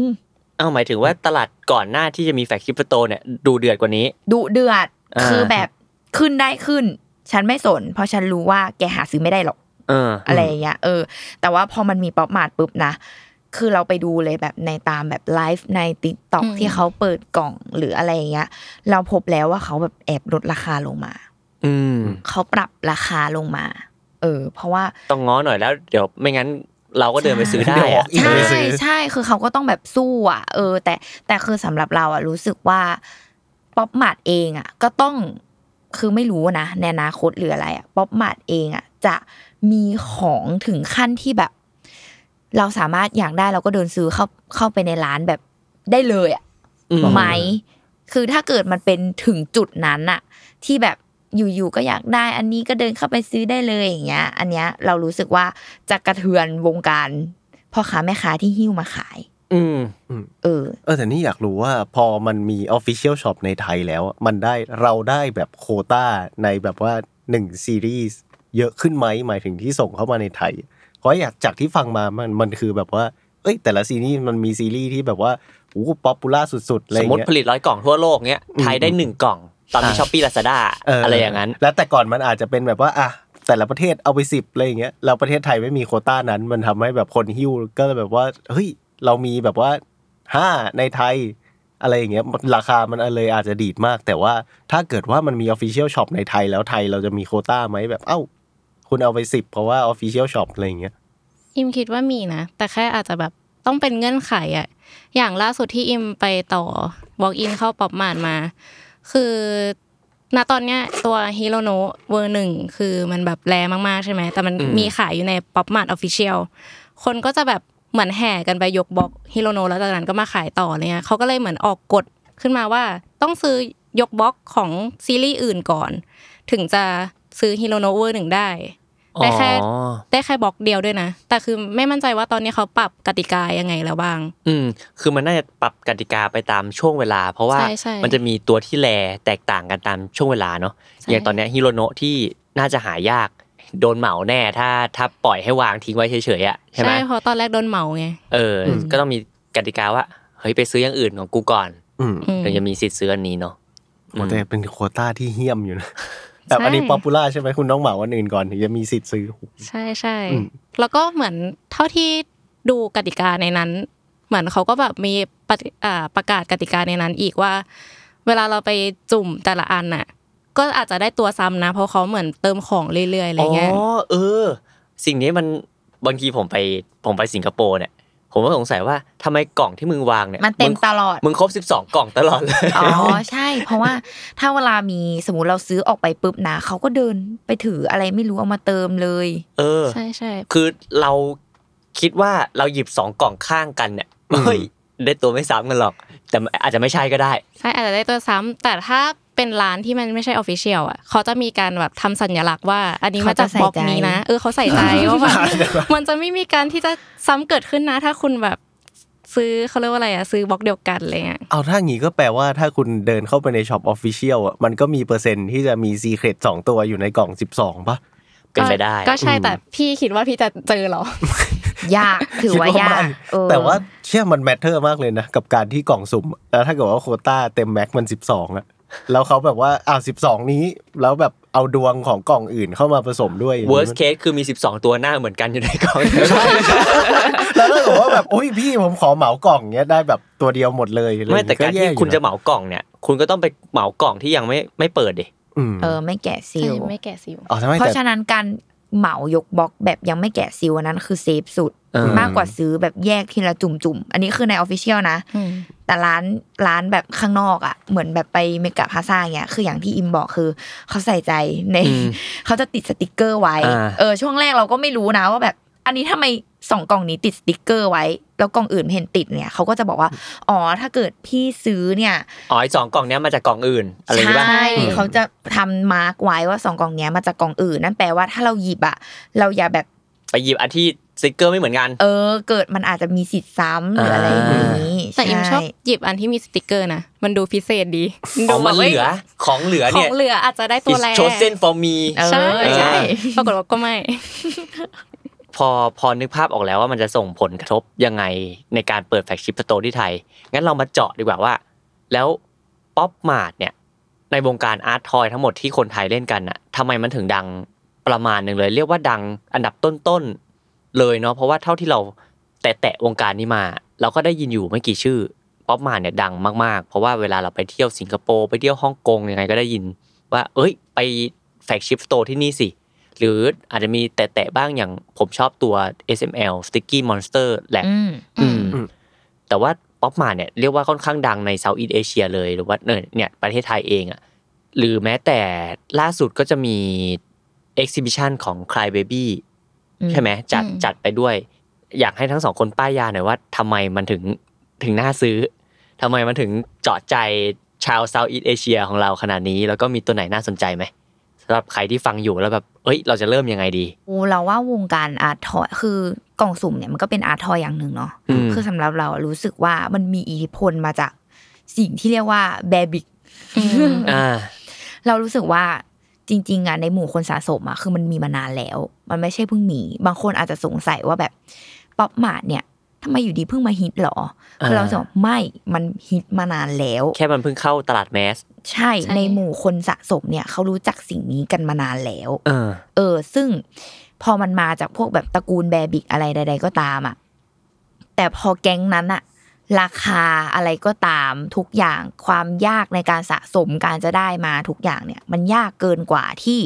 B: เอาหมายถึงว่าตลาดก่อนหน้าที่จะมีแฟลกชิปโตเนี่ยดูเดือดกว่านี้
D: ดุเดือด
B: อ่า
D: คือแบบขึ้นได้ขึ้น ฉันไม่สน เพราะฉันรู้ว่าแกหาซื้อไม่ได้หรอก
B: เอออ
D: อะไรอย่างเงี้ยเออ แต่ว่าพอมันมีป๊อปมาร์ทปุ๊บนะ คือเราไปดูเลยแบบในตามแบบไลฟ์ในติ๊กต็อก
E: อืม
D: ที่เขาเปิดกล่องหรืออะไรอย่างเงี้ย เราพบแล้วว่าเขาแบบแอบลดราคาลงมา
B: อืม
D: เขาปรับราคาลงมา เออ เพราะว่า
B: ต้องง้อหน่อยแล้ว เดี๋ยวไม่งั้นเราก็เดินไปซื้อได้
C: เดี๋ยวออ
B: อะ
C: กอีก
D: ใช่
C: ไปซื้อ
D: ใช่คือเขาก็ต้องแบบสู้อ่ะ เออ แต่แต่คือสำหรับเราอ่ะรู้สึกว่าป๊อปมาดเองอ่ะ ก็ต้องคือไม่รู้นะในอนาคตหรืออะไรอ่ะป๊อปมาดเองอ่ะ จะมีของถึงขั้นที่แบบ เราสามารถอยากได้เราก็เดินซื้อเข้าเข้าไปในร้านแบบได้เลยอะ
B: อืม
D: ไหม คือถ้าเกิดมันเป็นถึงจุดนั้นอะที่แบบอยู่ๆก็อยากได้ อันนี้ก็เดินเข้าไปซื้อได้เลยอย่างเงี้ย อันเนี้ยเรารู้สึกว่าจะกระเทือนวงการพ่อค้าแม่ค้าที่หิ้วมาขาย
B: อืม
D: เออ
C: เออแต่นี่อยากรู้ว่าพอมันมี Official Shop ในไทยแล้วอะมันได้เราได้แบบโควต้าในแบบว่า1ซีรีส์เยอะขึ้นไหมหมายถึงที่ส่งเข้ามาในไทย เพราะอยากจากที่ฟังมามันมันคือแบบว่า เอ้ยแต่ละซีรีส์มันมีซีรีส์ที่แบบว่าโอ้ป๊อปปูล่าสุดๆอะไร
B: ส
C: อ
B: ม
C: ย่าง
B: มติ
C: เงี้ย
B: ผลิตร้อยกล่องทั่วโลกเนี้ย
C: อืม
B: ไทยได้หนึ่งกล่อง ตอนนี้
C: อ่า
B: ช้อปปี้ลาซาด้า
C: เ
B: อะไรอย่างนั้น
C: แล้วแต่ก่อนมันอาจจะเป็นแบบว่าอ่ะแต่ละประเทศเอาไปสิบอะไรอย่างเงี้ยเราประเทศไทยไม่มีโควต้านั้น มันทำให้แบบคนหิ้วก็เลยแบบว่าเฮ้ยเรามีแบบว่าห้าในไทย อะไรอย่างเงี้ยราคามันเลยอาจจะดีดมาก แต่ว่าถ้าเกิดว่ามันมี Official Shop ในไทยแล้วไทยเราจะมีโควต้าไหมแบบเอ้า คุณเอาไปสิบเพราะว่า Official Shop อะไรอย่างเงี้ย
E: อิมคิดว่ามีนะ แต่แค่อาจจะแบบต้องเป็นเงื่อนไขอะอย่างล่าสุดที่อิมไปต่อ walk in เข้าป๊อปมาดมา คือณตอนเนี้ยตัวฮิโรโนะเวอร์หนึ่งคือมันแบบแรงมากๆใช่ไหม แต่มัน
B: อืม
E: มีขายอยู่ในป๊อปมาดออฟฟิเชียลคนก็จะแบบเหมือนแห่กันไปยกบล็อกฮิโรโนะแล้วจากนั้นก็มาขายต่อเนี่ยเขาก็เลยเหมือนออกกฎขึ้นมาว่าต้องซื้อยกบล็อกของซีรีส์อื่นก่อน ถึงจะซื้อฮิโรโนะเวอร์หนึ่งได้ ได้แค่
B: อ๋อ
E: ได้แค่บล็อกเดียวด้วยนะ แต่คือไม่มั่นใจว่าตอนนี้เขาปรับกติกายังไงแล้วบ้าง
B: อืม คือมันน่าจะปรับกติกาไปตามช่วงเวลา เพราะว่า
E: ใช่ใช่
B: มันจะมีตัวที่แลแตกต่างกันตามช่วงเวลาเนาะ
E: ใช่
B: อย่างตอนเนี้ยฮิโรโนะที่น่าจะหายาก โดนเหมาแน่ถ้าถ้าปล่อยให้วางทิ้งไว้เฉยๆอ่ะใช่ไหม
E: เพราะตอนแรกโดนเหมาไง
B: เอออ
C: ม
B: ก็ต้องมีกติกาว่าเฮ้ยไปซื้ออย่างอื่นของกูก่อน
C: อืม
E: อืม
B: ถึงจะมีสิทธิ์ซื้ออันนี้เนาะอืม
C: แต่เป็นโควต้าที่เฮี้ยมอยู่นะแบบอันนี้
E: ใช่
C: ป๊อปปูล่าใช่ไหมคุณต้องเหมาวันอื่นก่อนถึงจะมีสิทธิ์ซื้อ
E: ใช่ใช่
C: อืม
E: แล้วก็เหมือนเท่าที่ดูกติกาในนั้น เหมือนเขาก็แบบมีปฏิอ่าประกาศกติกาในนั้นอีกว่า เวลาเราไปจุ่มแต่ละอันน่ะ ก็อาจจะได้ตัวซ้ำนะ เพราะเขาเหมือนเติมของเรื่อยๆอะไร
B: อ๋อ
E: เงี้ย
B: เออ สิ่งนี้มันบางทีผมไปผมไปสิงคโปร์เนี่ย ผมก็สงสัยว่าทำไมกล่องที่มึงวางเนี่ย
D: มันเต็ม
B: ง
D: ตลอด
B: *laughs* มึงครบ12 กล่องตลอดเลย
D: อ๋อใช่ เพราะว่าถ้าเวลามีสมมติเราซื้อออกไปปุ๊บนะเขาก็เดินไปถืออะไรไม่รู้เอามาเติมเลย
B: เออ
E: ใช่ใช่
B: คือเราคิดว่าเราหยิบสองกล่องข้างกันเนี่ย
C: อืม
B: เฮ้ยได้ตัวไม่ซ้ำกันหรอก แต่อาจจะไม่ใช่ก็ได้
E: ใช่อาจจะได้ตัวซ้ำแต่ถ้าเป็นร้านที่มันไม่ใช่ออฟฟิเชียลอ่ะเขาจะมีการแบบทำสัญลักษณ์ว่า อันนี้มาจากบล็อกนี้นะ เออเขาใส่ใจ *laughs* ว่าแบบ มันจะไม่มีการที่จะซ้ำเกิดขึ้นนะ ถ้าคุณแบบซื้อเขาเรียกว่าอะไรอ่ะซื้อบล็อกเดียวกันอะไรเงี้ย
C: เอาถ้างี้ก็แปลว่าถ้าคุณเดินเข้าไปในช็อปออฟฟิเชียลอ่ะมันก็มีเปอร์เซ็นต์ที่จะมีซีเครตสองตัวอยู่ในกล่อง 12ป่ะ
B: เป็นไปได้
E: ก็ใช่
C: อืม
E: แต่พี่คิดว่าพี่จะเจอ *laughs* เหรอ
D: ยากถือว่า
C: คิด
D: ยาก
C: ไม่
D: เออ
C: แต่ว่าเชื่อมันแมทเทอร์มากเลยนะ กับการที่กล่องสุ่มแล้วถ้าเกิดว่าโควต้าเต็มแม็กมัน 12อะแล้วเขาแบบว่าอ้าว12 นี้ แล้วแบบเอาดวงของกล่องอื่นเข้ามาผสมด้วยอย่างนี้
B: worst case คือมี 12 ตัวหน้าเหมือนกันอยู่ใน
E: *laughs*
B: กล่อง
C: *laughs* แล้วถ้าเกิดว่าแบบโอ้ยพี่ผมขอเหมากล่องเนี้ยได้แบบตัวเดียวหมดเลยอะรอย่ง
B: ไม่
C: งี้
B: แต่การที่
C: ย่อยู่น
B: คุณจะเหมากล่องเนี่ย คุณก็ต้องไปเหมากล่องที่ยังไม่ไม่เปิดดิ
C: อืม
D: เออไม่แกะซิล
E: ไม่แก่ซิว
C: อ๋อทำไม
D: เพ
C: แต่
D: ราะฉะนั้นการเหมายกบล็อกแบบยังไม่แกะซิลอันนั้นคือเซฟสุด
B: เออ
D: มากกว่าซื้อแบบแยกทีละจุ่มๆ อันนี้คือในออฟฟิเชียลนะ แต่ร้านร้านแบบข้างนอกอ่ะ เหมือนแบบไปเมกะพลาซ่าเงี้ย คืออย่างที่อิมบอกคือ เขาใส่ใจใน
B: อืม
D: *laughs* เขาจะติดสติกเกอร์ไว้
B: อ่า
D: เออช่วงแรกเราก็ไม่รู้นะว่าแบบ อันนี้ทำไมสองกล่องนี้ติดสติกเกอร์ไว้ แล้วกล่องอื่นไม่เห็นติดเนี่ยเขาก็จะบอกว่า อ๋อถ้าเกิดพี่ซื้อเนี่ย
B: อ๋อไอ้สองกล่องเนี้ยมาจากกล่องอื่นอะไรอย่างงี้ป่ะ
D: ใช่
B: อืม
D: เขาจะทำมาร์กไว้ว่าสองกล่องเนี้ยมาจากกล่องอื่น นั่นแปลว่าถ้าเราหยิบอะเราอย่าแบบ
B: ไปหยิบอันที่สติกเกอร์ไม่เหมือนกัน
D: เออ เกิดมันอาจจะมีสิทธิ์ซ้ำหรืออะไรอย่างนี้
E: แต่อิมชอบ
D: ใช่
E: หยิบอันที่มีสติกเกอร์นะมันดูพิเศษดี
B: อ๋อมันเหลือของเหลือ
E: ขอ
B: เนี่ย
E: งเหลืออาจจะได้ตัว
B: is
E: แรก
B: chosen for me
D: เออ
E: ใช่
D: ใช่
B: เอ
E: ปรากฏว่าก็ไม่
B: พอพอนึกภาพออกแล้วว่ามันจะส่งผลกระทบยังไงในการเปิดแฟลกชิพสโตร์ที่ไทย งั้นเรามาเจาะดีกว่าว่า แล้วป๊อปมาดเนี่ย ในวงการอาร์ตทอยทั้งหมดที่คนไทยเล่นกันน่ะทำไมมันถึงดังประมาณหนึ่งเลย เรียกว่าดังอันดับต้นๆเลยเนาะเพราะว่าเท่าที่เราแตะๆวงการนี้มา เราก็ได้ยินอยู่ไม่กี่ชื่อป๊อปมาดเนี่ยดังมากๆ เพราะว่าเวลาเราไปเที่ยวสิงคโปร์ไปเที่ยวฮ่องกงยังไงก็ได้ยิน ว่า เอ้ย ไปแฟกชิพสโตร์ที่นี่สิ หรืออาจจะมีแตะๆบ้างอย่างผมชอบตัว SML Sticky Monster แหละ
D: อืม
B: อืม
C: อืม
B: แต่ว่าป๊อปมาเนี่ยเรียกว่าค่อนข้างดังในเซาท์อีสเอเชียเลยหรือว่าเนี่ยเนี่ยประเทศไทยเองอะหรือแม้แต่ล่าสุดก็จะมี Exhibition ของ Cry Baby ใช่ไหมจัด
E: อืม
B: จัดไปด้วย อยากให้ทั้งสองคนป้ายยาหน่อยว่าทำไมมันถึงถึงน่าซื้อทำไมมันถึงเจาะใจชาวเซาท์อีสเอเชียของเราขนาดนี้ แล้วก็มีตัวไหนน่าสนใจไหมสำหรับใครที่ฟังอยู่แล้วแบบเอ้ย เราจะเริ่มยังไงดี
D: อูเราว่าวงการอาร์ตทอยคือกล่องสุ่มเนี่ยมันก็เป็นอาร์ตทอยอย่างหนึ่งเนาะ
B: อืม
D: คือสำหรับเราอะรู้สึกว่ามันมีอิทธิพลมาจากสิ่งที่เรียกว่าแบบิก
E: อืม
B: อ่า
D: เรารู้สึกว่าจริงๆอ่ะในหมู่คนสะสมอ่ะคือมันมีมานานแล้ว มันไม่ใช่เพิ่งมี บางคนอาจจะสงสัยว่าแบบป๊อปมาดเนี่ยทำไมอยู่ดีเพิ่งมาฮิตหรอคือเราจะบอกไม่มันฮิตมานานแล้ว
B: แค่มันเพิ่งเข้าตลาดแมส
D: ใช่
E: ใช่
D: ในหมู่คนสะสมเนี่ยเขารู้จักสิ่งนี้กันมานานแล้ว
B: เออ
D: เออ ซึ่งพอมันมาจากพวกแบบตระกูลแบบิกอะไรใด ๆ ก็ตามอ่ะแต่พอแก๊งนั้นอ่ะ ราคาอะไรก็ตามทุกอย่างความยากในการสะสมการจะได้มาทุกอย่างเนี่ย มันยากเกินกว่าที่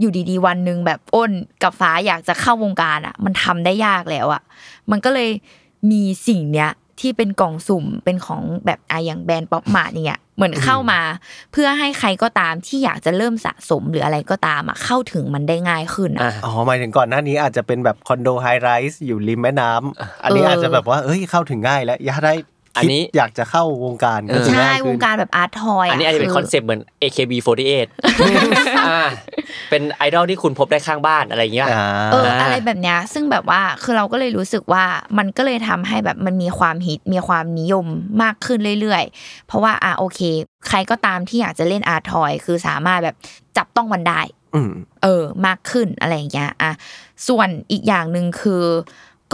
D: อยู่ดีๆ วันหนึ่งแบบอ้นกับฟ้าอยากจะเข้าวงการอ่ะ มันทำได้ยากแล้วอ่ะ มันก็เลยมีสิ่งเนี้ยที่เป็นกล่องสุ่มเป็นของแบบอะอย่างแบรนด์ป๊อปมาร์ทอย่างเงี้ยเหมือนเข้ามา เพื่อให้ใครก็ตามที่อยากจะเริ่มสะสมหรืออะไรก็ตามอ่ะเข้าถึงมันได้ง่ายขึ้นอ่ะ
B: อ่า
C: อ๋อหมายถึงก่อนหน้านี้อาจจะเป็นแบบคอนโดไฮไรส์อยู่ริมแม่น้ำอันนี้
D: เอออ
C: อาจจะแบบว่าเอ้ยเข้าถึงง่ายแล้วอยากได้
B: อัน
C: คิด
B: นี้
C: อยากจะเข้าวงการก็จะ
D: ใช่
C: ง่ยขึ้น
D: วงการแบบอาร์ตทอย
B: อันนี้อาจจะเป็นคอนเซปต์เหมือน AKB48 *laughs* อ่าเป็นไอดอลที่คุณพบได้ข้างบ้านอะไรอย่างเงี้ย
C: อ่า
D: เอออะไรแบบเนี้ยซึ่งแบบว่าคือเราก็เลยรู้สึกว่ามันก็เลยทำให้แบบมันมีความฮิตมีความนิยมมากขึ้นเรื่อยๆ เพราะว่าอ่ะโอเค ใครก็ตามที่อยากจะเล่นอาร์ตทอยคือสามารถแบบจับต้องมันได้
C: อืม
D: เออมากขึ้นอะไรอย่างเงี้ยอ่ะส่วนอีกอย่างหนึ่งคือ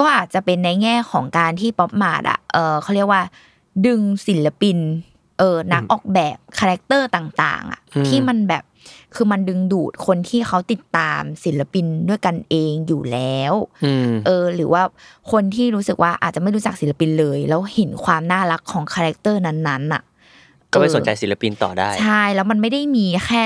D: ก็อาจจะเป็นในแง่ของการที่ป๊อปมาดอ่ะเออเขาเรียกว่า ดึงศิลปินเออนักออกแบบคาแรคเตอร์ต่างๆอ่ะ
B: อืม
D: ที่มันแบบคือมันดึงดูดคนที่เขาติดตามศิลปินด้วยกันเองอยู่แล้ว
B: อืม
D: เออหรือว่าคนที่รู้สึกว่าอาจจะไม่รู้จักศิลปินเลย แล้วเห็นความน่ารักของคาแรคเตอร์นั้นๆอ่ะ
B: ก็ไปสนใจศิลปินต่อได้
D: ใช่ แล้วมันไม่ได้มีแค่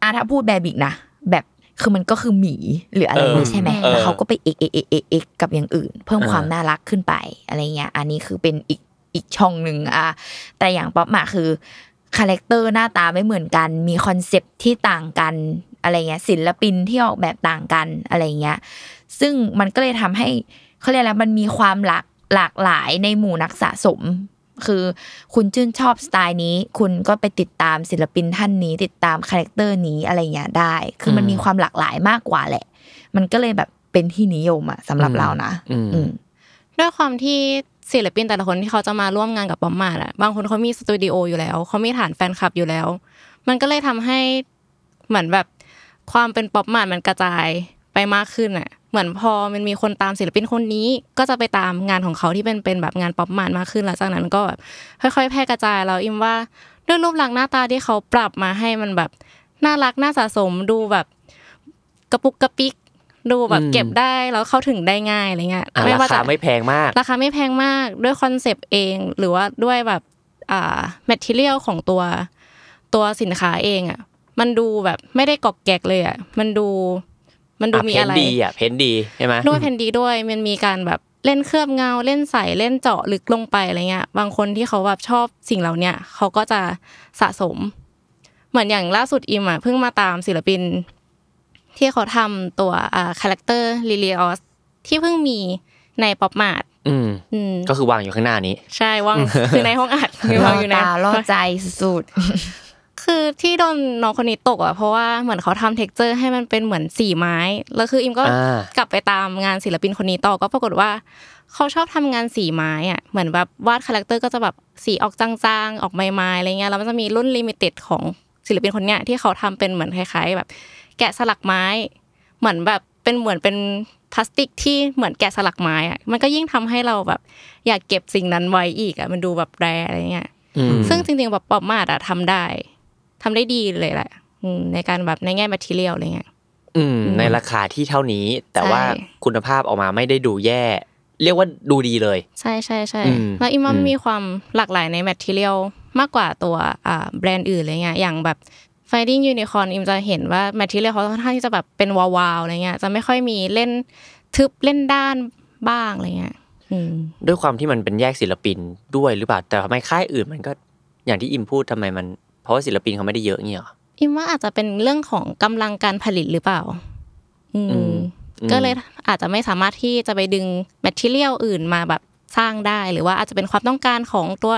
D: อาถ้าพูดแบบอีกนะ แบบคือมันก็คือหมีหรืออะไร
B: เออ
D: นี่ใช่ไหม
E: เออ
D: แล้วเขาก็ไปเอกเอกเอกเอกเอกกับอย่างอื่น เพิ่ม
B: เออ
D: ความน่ารักขึ้นไปอะไรเงี้ย อันนี้คือเป็นอีกอีกช่องหนึ่งอ่ะแต่อย่างป๊อปมาคือคาแรคเตอร์หน้าตาไม่เหมือนกัน มีคอนเซปต์ที่ต่างกันอะไรเงี้ยศิลปินที่ออกแบบต่างกันอะไรเงี้ย ซึ่งมันก็เลยทำให้เขาเรียกอะไรมันมีความหลากหลากหลายในหมู่นักสะสม คือคุณชื่นชอบสไตล์นี้ คุณก็ไปติดตามศิลปินท่านนี้ ติดตามคาแรคเตอร์นี้อะไรอย่างเงี้ยได้ คือมัน
B: อืม
D: มีความหลากหลายมากกว่าแหละ มันก็เลยแบบเป็นที่นิยมอะสำหรับ
B: อืม
D: เรานะ
B: อืม
D: อืม
E: ด้วยความที่ศิลปินแต่ละคนที่เขาจะมาร่วมงานกับป๊อปมาร์ทอะบางคนเขามีสตูดิโออยู่แล้วเขามีฐานแฟนคลับอยู่แล้ว มันก็เลยทำให้เหมือนแบบความเป็นป๊อปมาร์ทมันกระจายไปมากขึ้นอะเหมือนพอมันมีคนตามศิลปินคนนี้ ก็จะไปตามงานของเขาที่เป็นเป็นแบบงานป๊อปมาร์ทมากขึ้นหลังจากนั้นก็แบบค่อยๆแพร่กระจายแล้วอิมว่าด้วยรูปลักษณ์หน้าตาที่เขาปรับมาให้มันแบบน่ารักน่าสะสมดูแบบกระปุกกระปิก ดูแบบ
B: อืม
E: เก็บได้แล้วเข้าถึงได้ง่ายอะไรเงี้ย
B: อ่ะราคาไม่แพงมาก
E: ราคาไม่แพงมากด้วยคอนเซปต์เองหรือว่าด้วยแบบอ่าแมทเทียลของตัวตัวสินค้าเองอ่ะมันดูแบบไม่ได้กอกแกกเลยอ่ะมันดูมันดูมีอะไร
B: เพนดีอ่ะเพนดีใช่ไหม
E: ด้วยแผ่นดีด้วยมันมีการแบบเล่นเคลือบเงาเล่นใสเล่นเจาะลึกลงไปอะไรเงี้ยบางคนที่เขาแบบชอบสิ่งเหล่าเนี้ยเขาก็จะสะสม เหมือนอย่างล่าสุดอิมอ่ะเพิ่งมาตามศิลปิน ที่เขาทำตัวอ่าคาแรคเตอร์ลิเลียอสที่เพิ่งมีในป๊อปมาร์ท
B: อืม
E: อืม
B: ก็คือวางอยู่ข้างหน้านี้
E: ใช่ว่าง คือในห้องอั *laughs* ดมี
D: ร
E: วา
D: อง
E: อยู่นะ
D: ตารอใจสุด
E: คือที่โดนน้องคนนี้ตกอ่ะเพราะว่าเหมือนเขาทำเท็กเจอร์ให้มันเป็นเหมือนสีไม้ แล้วคืออิมก็
B: อ่าก
E: ลับไปตามงานศิลปินคนนี้ต่อก็ปรากฏว่าเขาชอบทำงานสีไม้อ่ะเหมือนแบบวาดคาแรคเตอร์ก็จะแบบสีออกจางๆ ออกไม้ๆอะไรเงี้ยแล้วมันจะมีรุ่นลิมิเต็ดของศิลปินคนเนี้ยที่เขาทำเป็นเหมือนคล้ายๆ แบบ แกะสลักไม้ เหมือนแบบเป็นเหมือนเป็นพลาสติกที่เหมือนแกะสลักไม้อ่ะมันก็ยิ่งทำให้เราแบบ อยากเก็บสิ่งนั้นไว้อีกอ่ะมันดูแบบแรอะไรเงี้ย
B: อืม
E: ซึ่งจริงๆแบบป๊อปมาดอะทำได้ทำได้ดีเลยแหละอืมในการแบบในแง่แมทเทียลอะไรเงี้ย
B: อืมในราคาที่เท่านี้ แต่
E: ใช่
B: ว่าคุณภาพออกมาไม่ได้ดูแย่ เรียกว่าดูดีเลย
E: ใช่ใช่ใช่
B: อืม
E: แล้วอิมว่า
B: อืม
E: มีความหลากหลายในแมทเทียลมากกว่าตัวอ่าแบรนด์อื่นอะไรเงี้ยอย่างแบบ Finding Unicorn อิมจะเห็นว่าแมทเทียลเขาค่อนข้างที่จะแบบเป็นวาวๆอะไรเงี้ยจะไม่ค่อยมีเล่นทึบเล่นด้านบ้างอะไรเงี้ยอืม
B: ด้วยความที่มันเป็นแยกศิลปินด้วยหรือเปล่าแต่ทำไมค่ายอื่นมันก็อย่างที่อิมพูดทำไมมัน เพราะว่าศิลปินเขาไม่ได้เยอะเงี้ยเหรอ
E: อิมว่าอาจจะเป็นเรื่องของกำลังการผลิตหรือเปล่า อื
B: อืม
E: ม
B: อืม
E: ก็เลยอาจจะไม่สามารถที่จะไปดึงแมทเทียลอื่นมาแบบสร้างได้ หรือว่าอาจจะเป็นความต้องการของตัว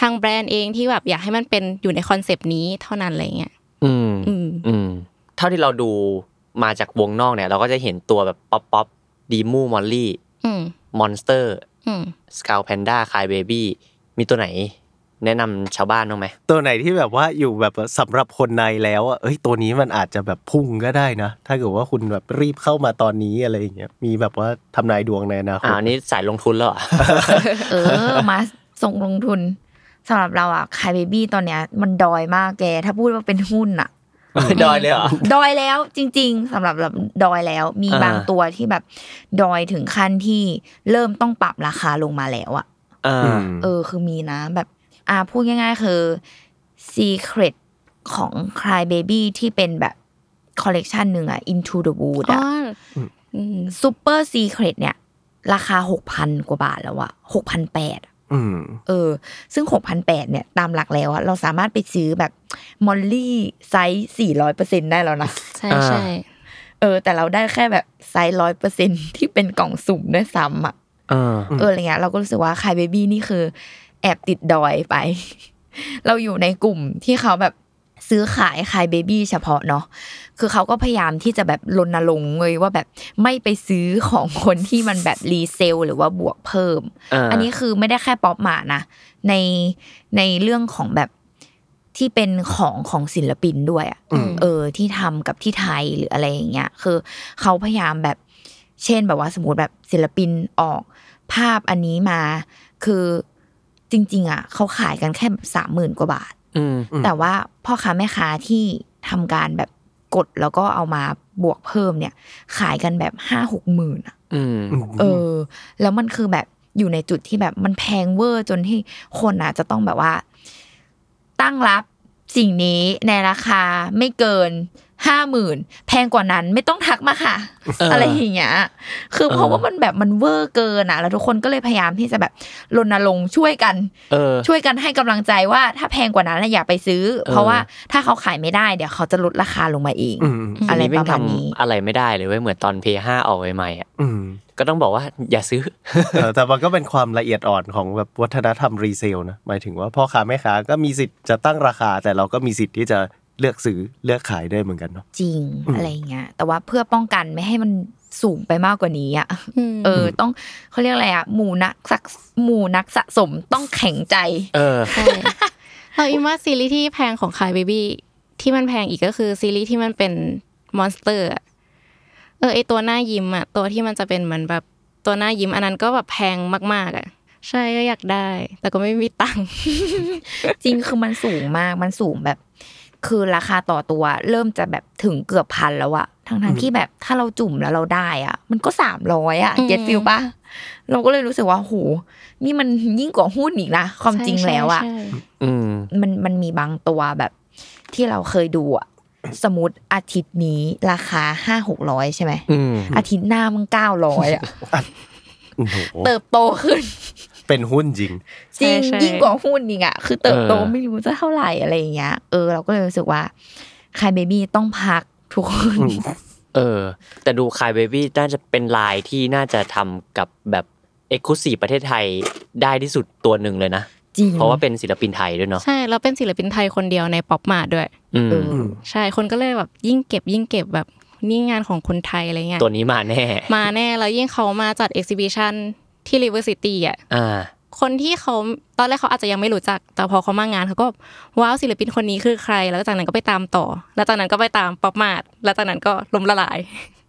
E: ทางแบรนด์เองที่แบบอยากให้มันเป็นอยู่ในคอนเซปต์นี้เท่านั้นอะไรเงี้ย
B: อืม
E: อืม
B: อืม เท่าที่เราดูมาจากวงนอกเนี่ย เราก็จะเห็นตัวแบบป๊อปป๊อปดีมูมอลลี่
E: อืม
B: มอนสเตอร์
E: อืม
B: สกาวแพนด้าคายเบบี้มีตัวไหน แนะนำชาวบ้านบ้างไหม
C: ตัวไหนที่แบบว่าอยู่แบบสำหรับคนในแล้วอ่ะเอ้ยตัวนี้มันอาจจะแบบพุ่งก็ได้นะ ถ้าเกิดว่าคุณแบบรีบเข้ามาตอนนี้อะไรอย่างเงี้ยมีแบบว่าทำนายดวงในอนาค
B: อ่า
C: ต
B: อันนี้สายลงทุนแล้วเหรอ
D: เออ มาส่งลงทุนสำหรับเราอะคายเบบี้ตอนเนี้ย มันดอยมากแก ถ้าพูดว่าเป็นหุ้นอะ
B: ดอยเลยเหรอ
D: ดอยแล้วจริง ๆสำหรับแบบดอยแล้ว มี
B: อ่า
D: บางตัวที่แบบดอยถึงขั้นที่เริ่มต้องปรับราคาลงมาแล้วอะ
B: อ่า
C: อืม
D: เออ คือมีนะแบบ อ่าพูดง่าย ๆ คือ Secret ของ Cry Baby ที่เป็นแบบคอลเลกชันหนึ่งอะ Into the Wood
E: อ๋
D: อะ
E: ออ
C: ม
E: อืม
D: Super Secret เนี่ย ราคา 6,000 กว่าบาทแล้วอะ6,800
C: อืม
D: เออ ซึ่ง 6,800เนี่ย ตามหลักแล้วอะเราสามารถไปซื้อแบบมอลลี่ไซส์400%ได้แล้วนะ
E: ใช่
B: อ่า
E: ใช่
D: เออ แต่เราได้แค่แบบไซส์ร้อยเปอร์เซ็น *laughs* ที่เป็นกล่องสุ่มด้วยซ้ำอ่ะ
B: อ่า
C: อืม
D: เออ อะไรเงี้ย เราก็รู้สึกว่าคายเบบี้นี่คือ แอบติดดอยไป *laughs* เราอยู่ในกลุ่มที่เขาแบบซื้อขายคายเบบี้เฉพาะเนาะ คือเขาก็พยายามที่จะแบบรณรงค์เลยว่าแบบไม่ไปซื้อของคนที่มันแบบรีเซลหรือว่าบวกเพิ่ม
B: อ่า
D: อันนี้คือไม่ได้แค่ป๊อปมานะ ในในเรื่องของแบบที่เป็นของของศิลปินด้วยอะ
C: อืม
D: เออที่ทำกับที่ไทยหรืออะไรอย่างเงี้ยคือเขาพยายามแบบ เช่นแบบว่าสมมติแบบศิลปินออกภาพอันนี้มา คือจริง ๆ อ่ะเขาขายกันแค่สามหมื่นกว่าบาท
B: อืม
C: อืม
D: แต่ว่าพ่อค้าแม่ค้าที่ทำการแบบกดแล้วก็เอามาบวกเพิ่มเนี่ย ขายกันแบบห้าหกหมื่นอะ
B: อืม
D: เออ แล้วมันคือแบบอยู่ในจุดที่แบบมันแพงเวอร์จนที่คนอ่ะจะต้องแบบว่า ตั้งรับสิ่งนี้ในราคาไม่เกินห้าหมื่นแพงกว่านั้นไม่ต้องทักมาค่ะ
B: เอออ
D: อะไรอย่างเงี้ยคือเพราะ
B: เออ
D: ว่ามันแบบมันเวอร์เกินอ่ะ แล้วทุกคนก็เลยพยายามที่จะแบบรณรงค์ช่วยกัน
B: เออ
D: ช่วยกันให้กำลังใจว่าถ้าแพงกว่านั้นน่ะอย่าไปซื้อ เพราะว่าถ้าเขาขายไม่ได้เดี๋ยวเขาจะลดราคาลงมาเอง
C: อืม
D: อะไร
B: ทีนี้
D: ประมาณนี้
B: แงทำอะไรไม่ได้เลยเว้ยเหมือนตอน P5 ออกใหม่ๆอ่ะ
C: อืม
B: ก็ต้องบอกว่าอย่าซื้อ
C: เออแต่มันก็เป็นความละเอียดอ่อนของแบบวัฒนธรรมรีเซลนะหมายถึงว่าพ่อค้าแม่ค้าก็มีสิทธิ์จะตั้งราคา แต่เราก็มีสิทธิ์ที่จะเลือกซื้อเลือกขายได้เหมือนกันเนาะ
D: จริง
C: อืม
D: อะไรอย่างเงี้ยแต่ว่าเพื่อป้องกันไม่ให้มันสูงไปมากกว่านี้อ่ะ
E: ม
D: เออต้องเขาเรียกอะไรอะหมู่นักสักหมู่นักสะสมต้องแข็งใจ
B: เออ
E: ใช่เราอิมว่าซีรีส์ที่แพงของคายเบบี้ที่มันแพงอีกก็คือซีรีส์ที่มันเป็นมอนสเตอร์อะเออไอตัวหน้ายิ้มอะตัวที่มันจะเป็นเหมือนแบบตัวหน้ายิ้มอันนั้นก็แบบแพงมาก ๆอะใช่ก็อยากได้ แต่ก็ไม่มีตังค์
D: จริงคือมันสูงมากมันสูงแบบ คือราคาต่อตัวเริ่มจะแบบถึงเกือบพันแล้วอะทั้งท
C: อืม
D: ที่แบบถ้าเราจุ่มแล้วเราได้อะมันก็สามร้อยอะ
E: อืม
D: เก็ตฟิลปะเราก็เลยรู้สึกว่าโหนี่มันยิ่งกว่าหุ้นอีกนะความจริงแล้วอะ
B: อืม
D: มันมันมีบางตัวแบบที่เราเคยดูอะสมมติอาทิตย์นี้ราคาห้าหกร้อยใช่ไหม
B: อืม
D: อาทิตย์หน้ามึงเก้าร้อย
B: *laughs*
D: อะ
C: โอ้โห
D: เติบโตขึ้น
C: เป็นหุ้นจริง
D: จริง
E: ใช่ใช่
D: ยิ่งกว่าหุ้นอีกอะคือเติบโต
B: เออ
D: ไม่รู้จะเท่าไหร่อะไรอย่างเงี้ยเออเราก็เลยรู้สึกว่าคายเบบี้ต้องพักทุกคน
C: อืม
B: เออ แต่ดูคายเบบี้น่าจะเป็นลายที่น่าจะทำกับแบบเอกลุศีประเทศไทยได้ที่สุดตัวหนึ่งเลยนะ
D: จริง
B: เพราะว่าเป็นศิลปินไทยด้วยเนาะ
E: ใช่แล้วเป็นศิลปินไทยคนเดียวในป๊อปมาร์ทด้วย
B: อืม
D: เออ
E: ใช่คนก็เลยแบบยิ่งเก็บยิ่งเก็บแบบนี่งานของคนไทยอะไรเงี้ย
B: ตัวนี้มาแน่
E: มาแน่แล้วยิ่งเขามาจัดเอ็กซิบิชันที่ River City อ่ะ
B: อ่า
E: คนที่เขาตอนแรกเขาอาจจะยังไม่รู้จัก แต่พอเขามางานเขาก็ว้าวศิลปินคนนี้คือใคร แล้วจากนั้นก็ไปตามต่อ แล้วจากนั้นก็ไปตามป๊อปมาดแล้วจากนั้นก็ล้มละลาย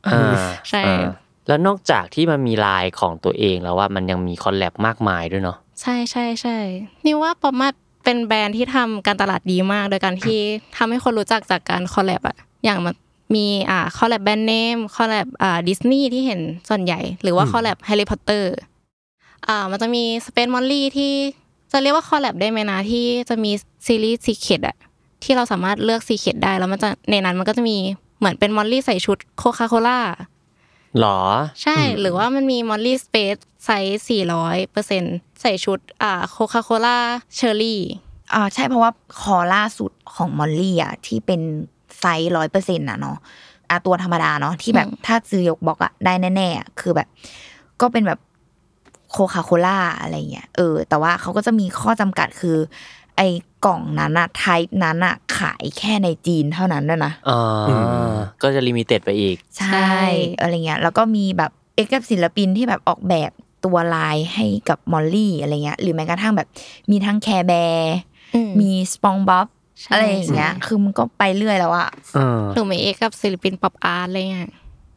B: อ่า
E: ใช่
B: อ่าแล้วนอกจากที่มันมีลายของตัวเองแล้วว่ามันยังมีคอลแลบมากมายด้วยเนาะ
E: ใช่ใช่ใช่นี่ว่าป๊อปมาดเป็นแบรนด์ที่ทำการตลาดดีมากโดยการที่ทำให้คนรู้จักจากการคอลแลบอะอย่างมันมีอ่าคอลแลบแบรนด์เนมคอลแลบอ่าดิสนีย์ที่เห็นส่วนใหญ่ หรือว่า
C: อืม
E: คอลแลบแฮร์รี่พอตเตอร์อ่ามันจะมีสเปนมอลลี่ที่จะเรียกว่าคอลแลบได้ไหมนะที่จะมีซีรีส์ซีเคดอะที่เราสามารถเลือกซีเคดได้แล้วมันจะในนั้นมันก็จะมีเหมือนเป็นมอลลี่ใส่ชุดโคคาโคล่า
B: หรอ
E: ใช่ หรือว่ามันมีมอลลี่สเปซไซส์400เปอร์เซ็นใส่ชุดอ่าโคคาโคล่าเชอร์รี่
D: อ่าใช่เพราะว่าคอล่าสุดของมอลลี่อะที่เป็นไซส์ร้อยเปอร์เซ็นต์อะเนาะ อ่ะตัวธรรมดาเนาะที่แบบ
E: อืม
D: ถ้าซื้อยกบล็อกอะได้แน่ๆอะคือแบบ ก็เป็นแบบโคคาโคล่าอะไรเงี้ยเออ แต่ว่าเขาก็จะมีข้อจำกัดคือ ไอ้กล่องนั้นอะไทป์นั้นอะขายแค่ในจีนเท่านั้นด้วยนะ
B: อ่า
C: อืม
B: ก็จะลิมิเต็ดไปอีก
D: ใช
E: ใช่
D: ่อะไรเงี้ยแล้วก็มีแบบเอกกับศิลปินที่แบบออกแบบตัวลายให้กับมอลลี่อะไรเงี้ยหรือแม้กระทั่งแบบมีทั้งแคร์แบร์
E: อื
D: มีสปองบ๊อบ
E: ใช่
D: อะไรอย่างเงี้ย คือมันก็ไปเรื่อยแล้วอะ
C: เออ
E: หรือไม่เอกกับศิลปินป๊อปอาร์ตอะไรเงี้ย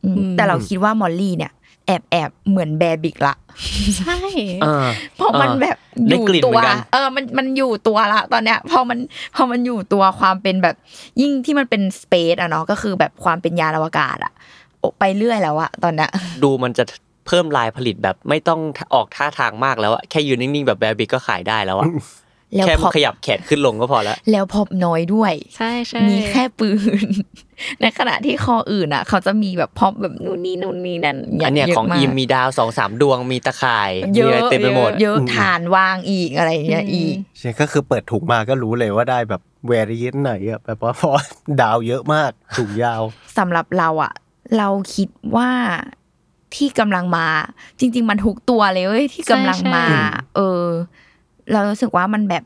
D: อืม
E: อืม
D: แต่เราคิดว่ามอลลี่เนี่ยแอบแอบเหมือนแบร์บิกละ
E: ใช่
D: เพราะมันแบบอ
B: ได้
D: ยู่
B: กลิ่น
D: ตั
B: เหมื
D: ว
B: อนกัน
D: เออมันมันอยู่ตัวละ ตอนเนี้ยพอมันพอมันอยู่ตัวความเป็นแบบ ยิ่งที่มันเป็นสเปซอะเนาะก็คือแบบความเป็นยานอวกาศอะโอ้ไปเรื่อยแล้วอะตอนเนี้ย
B: ดูมันจะเพิ่มลายผลิตแบบไม่ต้องออกท่าทางมากแล้วอะแค่ยืนนิ่งๆ แบบแบบิกก็ขายได้แล้วอะ
D: แล้ว
B: แค่
D: พอ
B: ขยับแขนขึ้นลงก็พอแล้ว
D: แล้วพบน้อยด้วย
E: ใช่ใช่
D: มีแค่ปืน *laughs* ในขณะที่คออื่นอ่ะ เขาจะมีแบบพอบแบบนู่นนี่นู่นนี่นั่น
B: อันเนี้ยของ
D: เยะาก
B: อีมมีดาวสองสามดวงมีตะข่าย
D: เย
B: มี
D: อะ
B: อะไรเต็มไปหมด
D: เยอะ
C: อืม
D: ฐานวางอีกอะไรอย่างเงี้ย
E: ม
D: อีก
C: ใช่ก็คือเปิดถุงมาก็รู้เลยว่าได้แบบแวรีนไหนอะแบบว่าเพราะว่าดาวเยอะมากถุงยาว
D: สำหรับเราอะเราคิดว่าที่กำลังมา จริง ๆ มันทุกตัวเลยเว้ยที่กำลังมา
C: ใช่ใช่
D: เออ เรารู้สึกว่ามันแบบ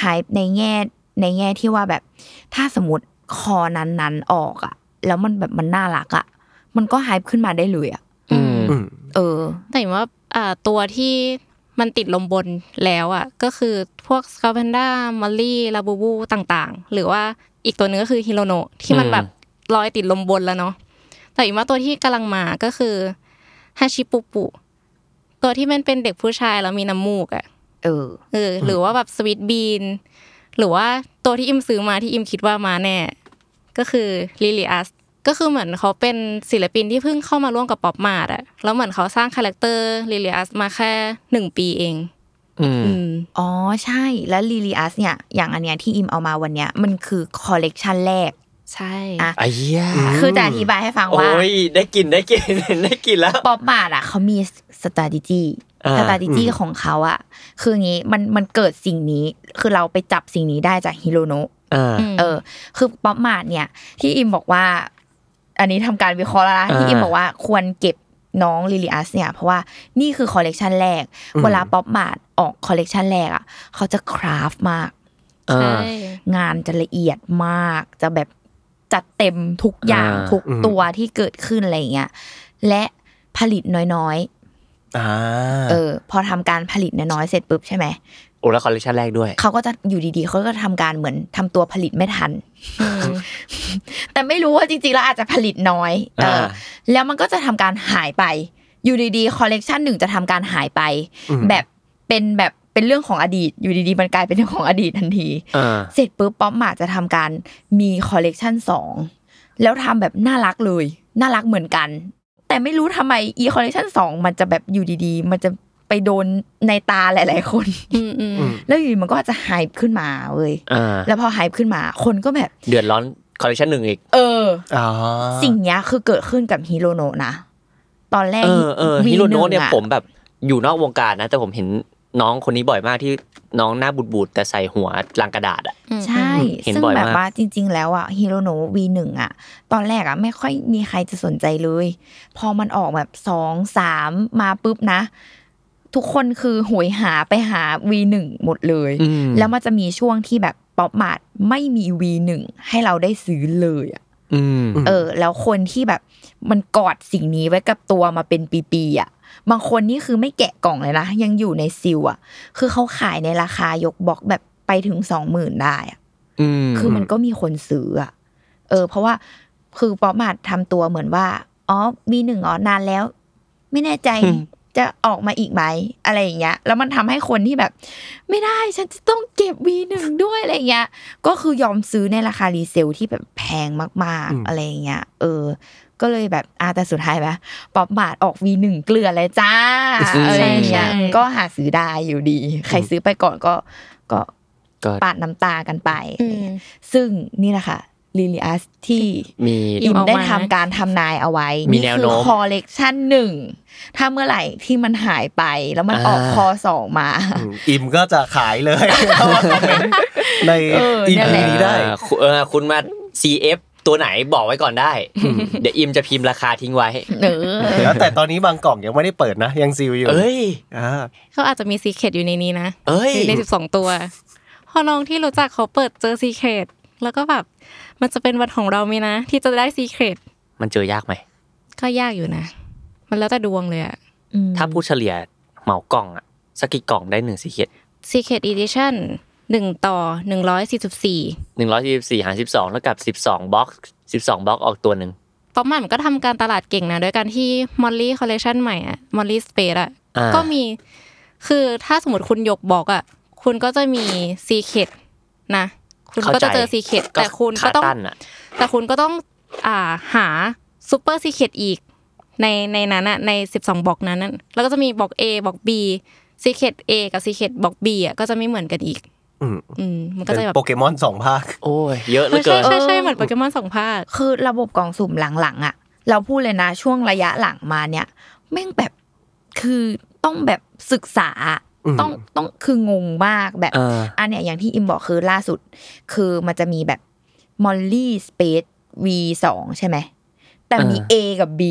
D: หายในแง่ในแง่ที่ว่าแบบ ถ้าสมมติคอนั้นๆออกอะแล้วมันแบบมันน่ารักอะมันก็หายขึ้นมาได้เลยอะ
E: อืม
C: อืม
D: เออ
E: แต่เห็นว่าอ่าตัวที่มันติดลมบนแล้วอ่ะก็คือพวกสกาเพนด้ามอลลี่ลาบูบูต่างๆ หรือว่าอีกตัวหนึงก็คือฮิโรโนะที่มัน
B: อืม
E: แบบลอยติดลมบนแล้วเนาะแต่อีกว่าตัวที่กำลังมาก็คือฮาชิปุปุตัวที่มันเป็นเด็กผู้ชายแล้วมีน้ำมูกอ่ะ
D: เออ
E: เออหรือว่าแบบสวิตบีนหรือว่าตัวที่อิมซื้อมาที่อิมคิดว่ามาแน่ ก็คือลิลิอัสก็คือเหมือนเขาเป็นศิลปินที่เพิ่งเข้ามาร่วมกับป๊อปมาดอะแล้วเหมือนเขาสร้างคาแรคเตอร์ลิลิอัสมาแค่หนึ่งปีเอง
B: อืม
E: อืม
D: อ๋อใช่ แล้วลิลิอัสเนี่ย อย่างอันเนี้ยที่อิมเอามาวันเนี้ย มันคือคอลเลกชันแรก
E: ใช่
D: อ่ะ
B: ไอ้เหี้ย
C: อืม
D: คือจะอธิบายให้ฟังว่า
B: โอ้ยได้กินได้กิน ได้กินแล้ว
D: ป๊อปมาร์ทอ่ะเขามีสตาดิจี
B: อ่า
D: สตาดิจี
C: อืม
D: ของเขาอ่ะ คืออย่างงี้มันมันเกิดสิ่งนี้ คือเราไปจับสิ่งนี้ได้จากฮิโรโนะ
B: อ่า
E: ม
D: เออ คือป๊อปมาร์ทเนี่ย ที่อิมบอกว่า อันนี้ทำการวิเคราะห์แล้วนะ
B: อ่า
D: ที่อิมบอกว่าควรเก็บน้องลิลิอัสเนี่ย เพราะว่านี่คือคอลเลกชันแรก เวลาป๊อปมาร์ทออกคอลเลกชันแรกอ่ะเขาจะคราฟมาก
B: อ่า
E: ใช่
D: งานจะละเอียดมาก จะแบบจัดเต็มทุกอย่าง
B: อ่า
D: ทุกตัวที่เกิดขึ้นอะไรอย่างเงี้ย และผลิตน้อย
C: อ่า
D: ๆ เออ พอทำการผลิตน้อยๆเสร็จปุ๊บใช่ไหม
B: โอ้แล้วคอลเลคชันแรกด้วย
D: เขาก็จะอยู่ดีๆ เขาก็ทำการเหมือนทำตัวผลิตไม่ทัน แต่ไม่รู้ว่าจริงๆ แล้วอาจจะผลิตน้อย เออ
B: อ่า
D: แล้วมันก็จะทำการหายไป อยู่ดีๆ คอลเลกชันหนึ่งจะทำการหายไป
C: ม
D: แบบเป็นแบบเป็นเรื่องของอดีต อยู่ดีๆ มันกลายเป็นเรื่องของอดีตทันที
B: อ่า
D: เสร็จปุ๊บป๊อปมาร์ทจะทำการมีคอลเลกชันสองแล้วทำแบบน่ารักเลย น่ารักเหมือนกัน แต่ไม่รู้ทำไมอีคอลเลกชันสองมันจะแบบอยู่ดีๆ มันจะไปโดนในตาหลายๆคน
E: อืมอืม
C: อืม
D: แล้วอยู่ดีมันก็จะหายขึ้นมาเว้ย
B: อ่า
D: แล้วพอหายขึ้นมา คนก็แบบ
B: เดือดร้อนคอลเลคชันหนึ่งอีก
D: เออ
C: อ๋อ
D: สิ่งเนี้ยคือเกิดขึ้นกับฮีโรโนะนะตอนแรก
B: เออเออ
D: วี
B: ฮิโรโนะเนี่ย
D: หงอะ
B: ผมแบบอยู่นอกวงการนะ แต่ผมเห็นน้องคนนี้บ่อยมากที่น้องหน้าบูดๆแต่ใส่หัวลังกระดาษอ่ะ
E: อืม
D: ใช่
B: เห็น
D: ซึ่ง
B: บ่อย
D: แบ
B: มาก
D: บว่าจริง ๆ แล้วอ่ะฮีโรโนะวีหนึ่งอ่ะ ตอนแรกอ่ะไม่ค่อยมีใครจะสนใจเลย พอมันออกแบบสองสามมาปุ๊บนะ ทุกคนคือโหวยหาไปหา V1 หมดเลย แล้วมันจะมีช่วงที่แบบป๊อปมาร์ทไม่มี V1 ให้เราได้ซื้อเลยอะ
B: อืม
D: เออแล้วคนที่แบบมันกอดสิ่งนี้ไว้กับตัวมาเป็นปีๆอ่ะบางคนนี่คือไม่แกะกล่องเลยนะ ยังอยู่ในซิลอ่ะ คือเขาขายในราคายกบล็อกแบบไปถึงสองหมื่นได้อ่ะ
B: อืม
D: คือมันก็มีคนซื้ออ่ะเออ เพราะว่าคือป๊อปมาดทำตัวเหมือนว่าอ๋อมีหนึ่งอ๋อนานแล้ว ไม่แน่ใจ
B: อืม
D: จะออกมาอีกไหมอะไรอย่างเงี้ย แล้วมันทำให้คนที่แบบ ไม่ได้ฉันจะต้องเก็บวีหนึ่งด้วยอะไรอย่างเงี้ย ก็คือยอมซื้อในราคารีเซลที่แบบแพงมาก ๆ อะไรอย่างเงี้ย เออ ก็เลยแบบอาแต่สุดท้ายแบบป๊อปบาทออกวีหนึ่งเกลือเลยจ้าอะไรอย่างเงี้ย
E: ใช่
D: ก็หาซื้อได้อยู่ดี ใครซื้อไปก่อนก็ก็
B: ก็
D: ปาดน้ำตากันไป
E: อื
D: อะไร
E: ม
D: เงี้ยซึ่งนี่แหละค่ะลิลิอัสที่
B: มี
D: อิ
E: อิ่ม
D: ม
E: ออกมา
D: ได้ทำการทำนายเอาไว้
B: มีแนว
D: คื
B: โน้ม
D: คอเลกชันหนึ่งถ้าเมื่อไหร่ที่มันหายไปแล้วมันออก
B: อ่า
D: คอสองมา
C: อืมอิมก็จะขาย
D: *laughs*
C: เลย เข้ามาคอมเมนต์ใน
D: เออ
C: อี
D: นั่นแห
C: พี
D: ละ
C: นี้ได้
B: เออคุณมา CF ตัวไหนบอกไว้ก่อนได้ เดี๋ยวอิมจะพิมพ์ราคาทิ้งไว้
D: เออ
C: แล้วแต่ตอนนี้บางกล่องยังไม่ได้เปิดนะ ยังซีลอยู่
B: เอ้ย
C: อ่า
E: เขาอาจจะมีซีเคดอยู่ในนี้นะ
B: เอ้ย
E: ในสิบสองตัว พอน้องที่รู้จักเขาเปิดเจอซีเคดแล้วก็แบบ มันจะเป็นวันของเราไหมนะ ที่จะได้ซีเคด
B: มันเจอยากไหม
E: ก็ยากอยู่นะ มันแล้วแต่ดวงเลยอะ
D: อืม
B: ถ้าพูดเฉลี่ยเหมากล่องอะสักกี่กล่องได้หนึ่งสีเขียด
E: ซีเคดอีดิชั่นหนึ่งต่อหนึ่งร้อยสี่สิบสี่
B: หนึ่งร้อยสิบสี่หารสิบสองแล้วกับสิบสองบล็อกสิบสองบล็อกออกตัวหนึ่ง
E: ป๊อปมันก็ทำการตลาดเก่งนะ ด้วยการที่มอลลี่คอลเล t ชันใหม่อะมอลลี่สเปซอะ
B: อ่า
E: ก็มี คือถ้าสมมติคุณยกบอกอะคุณก็จะมีซีเคดนะ คุณก็จะเจอซีเคดแต่คุณก็ต้อ
B: ขา
E: ง
B: ตั้นอะ
E: แต่คุณก็ต้องอ่าหาซูเปอร์ซีเคตอีก ในในนั้นอะใน 12บล็อกนั้นอะแล้วก็จะมีบล็อก A บล็อก B ซีเคต A กับซีเคตบล็อก B อ่ะก็จะไม่เหมือนกันอีก
C: อืม
E: อืมมันก็
C: เป็น
E: จะแบบ
C: โปเกมอนสองภาค
B: โอ้ยเยอะเหลือ
E: ใช่
B: เกิน
E: ใช่ใช่เหมือนโปเกมอนสองภาค
D: คือระบบกล่องสุ่มหลังๆอ่ะ เราพูดเลยนะช่วงระยะหลังมาเนี่ยแม่งแบบคือต้องแบบศึกษาอะ
C: อืม
D: ต้องต้องคืองงมากแบบ
B: เออ
D: อันเนี้ยอย่างที่อิมบอกคือล่าสุด คือมันจะมีแบบมอลลี่สเปซ V สองใช่ไหม แต่มี
B: เออ
D: A กับ B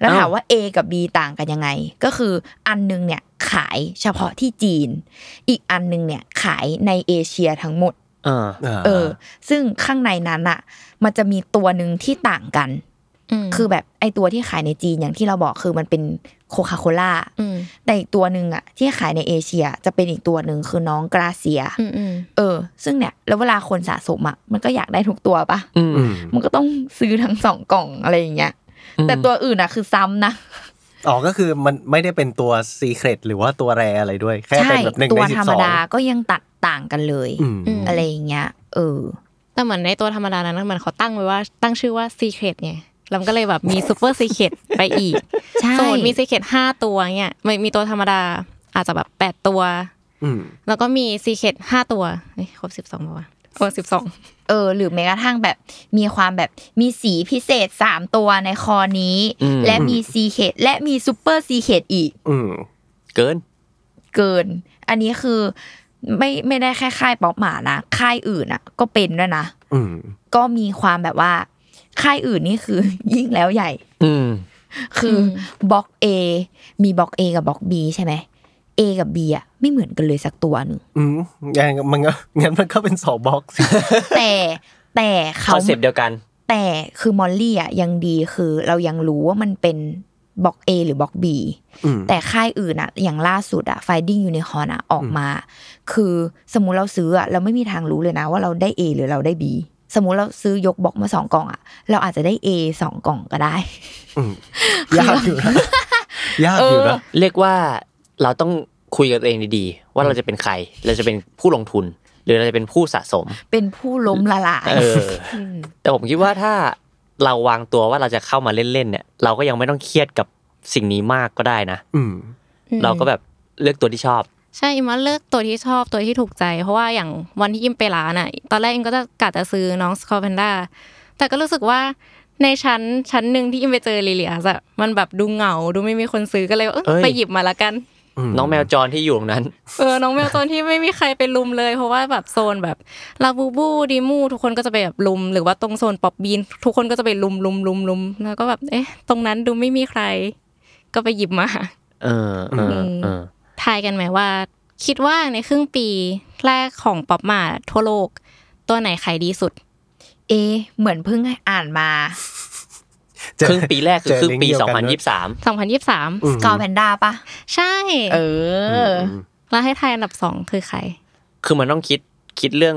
D: แล้ว
B: อ้าว
D: ถามว่า A กับ B ต่างกันยังไง ก็คืออันนึงเนี่ยขายเฉพาะที่จีน อีกอันนึงเนี่ยขายในเอเชียทั้งหมด
B: เออ
D: เออ ซึ่งข้างในนั้นอะมันจะมีตัวหนึ่งที่ต่างกัน
E: อืม
D: คือแบบไอตัวที่ขายในจีนอย่างที่เราบอกคือมันเป็นโคคาโคล่า
E: อืม
D: แต่อีกตัวหนึ่งอะที่ขายในเอเชียจะเป็นอีกตัวหนึ่งคือน้องกราเซีย
E: อืมอืม
D: เออ ซึ่งเนี่ย แล้วเวลาคนสะสมอ่ะ มันก็อยากได้ทุกตัวปะ
B: อืม
C: อืม
D: มันก็ต้องซื้อทั้งสองกล่องอะไรอย่างเงี้ย แต่ตัวอื่นอ่ะคือซ้ำนะ
C: อ๋อก็คือมันไม่ได้เป็นตัวซีเครตหรือว่าตัวแรอะไรด้วย แค่
D: ใช่
C: เป็นแบบหนึ่ง
D: ตัว
C: ในสิ
D: ธ
C: บ
D: รร
C: ส
D: ม
C: อง
D: ดาก็ยังตัดต่างกันเลย
C: อืม
D: อะไรอย่างเงี้ย เออ
E: แต่เหมือนในตัวธรรมดานั้นเหมือนเขาตั้งไว้ว่าตั้งชื่อว่าซีเคตไงแล้วมันก็เลยแบบมีซูเปอร์ซีเคตไปอีก
D: ใช่
E: สมมติมีซีเคตห้าตัวเนี่ยมันมีตัวธรรมดาอาจจะแบบแปดตัว
C: อืม
E: แล้วก็มีซีเคตห้าตัวเอ้ยครบสิบสองป่าวะโอ้สิบสอง
D: เออ หรือแม้กระทั่งแบบ มีความแบบ มีสีพิเศษสามตัวในคอนี้
B: อืม
D: และมีซีเคดและมีซูเปอร์ซีเคดอีก
C: อืม
B: เกิน
D: เกิน อันนี้คือ ไม่ไม่ได้แค่ค่ายป๊อปหมานะ ค่ายอื่นอ่ะ ก็เป็นด้วยนะ
C: อืม
D: ก็มีความแบบว่า ค่ายอื่นนี่คือ *laughs* ยิ่งแล้วใหญ่
B: อืม
D: คืออบล็อก A มีบล็อก A กับบล็อก B ใช่ไหม A กับ B อ่ะไม่เหมือนกันเลยสักตัวห *laughs* นึ่ง
C: อืมงั้นมันก็งั้นมันก็เป็นสองบ็อกซ์
D: แต่แต่
B: ค
D: เขา
B: อนเซปต์เดียวกัน
D: แต่คือมอลลี่อ่ะยังดีคือเรายังรู้ว่ามันเป็นบล็อก A หรือบล็อก B
C: อืม
D: แต่ค่ายอื่นอ่ะอย่างล่าสุดอ่ะ Finding Unicorn อ่ะออกมา คือสมมุติเราซื้ออ่ะเราไม่มีทางรู้เลยนะว่าเราได้ A หรือเราได้ B สมมุติเราซื้อยกบล็อกมาสองกล่องอ่ะเราอาจจะได้ A สองกล่องก็ได้
C: อืมยากอยู่นะ ยากอยู่นะ
B: เรียกว่าเราต้องคุยกับตัวเองดีๆ ว่าเราจะเป็นใคร เราจะเป็นผู้ลงทุน หรือเราจะเป็นผู้สะสม
D: เป็นผู้ล้มละลาย
B: เออ แต่ผมคิดว่าถ้าเราวางตัวว่าเราจะเข้ามาเล่นๆเนี่ย เราก็ยังไม่ต้องเครียดกับสิ่งนี้มากก็ได้นะ
C: อืม
B: เราก็แบบเลือกตัวที่ชอบ
E: ใช่อิมว่าเลือกตัวที่ชอบตัวที่ถูกใจ เพราะว่าอย่างวันที่อิมไปร้านอ่ะ ตอนแรกอิมก็จะกะจะซื้อน้องสคอร์เพนด้าแต่ก็รู้สึกว่าในชั้นชั้นหนึ่งที่อิมไปเจอลิเลียสอะมันแบบดูเหงาดูไม่มีคนซื้อก็เลยว่าเอ้ย
B: เอ้ย
E: ไปหยิบมาละกัน
C: ม
B: น้องแมวจรที่อยู่ตรงนั้น
E: เออน้องแมวตอนที่ *laughs* ไม่มีใครไปลุมเลย เพราะว่าแบบโซนแบบลาบูบูดีมูทุกคนก็จะไปแบบลุม หรือว่าตรงโซนป๊อปบีนทุกคนก็จะไปลุมลุมลุมลุมแล้วก็แบบเอ๊ะ ตรงนั้นดูไม่มีใคร ก็ไปหยิบมา
B: เออเออเออ
E: ทายกันไหมว่า คิดว่าในครึ่งปีแรกของป๊อปมาทั่วโลก ตัวไหนขายดีสุด
D: เอะเหมือนเพิ่งอ่านมา
C: เจอ
B: ครึ่งปีแรกคือครึ่งปี
C: เจอลิงก์เดียวกันด้วย
B: 2023
C: อื
E: 2023
C: ม
D: สกอร์แพนด้าปะ
E: ใช่
D: เออ
C: ม
E: แล้วให้ทายอันดับสองคือใคร
B: คือมันต้องคิดคิดเรื่อง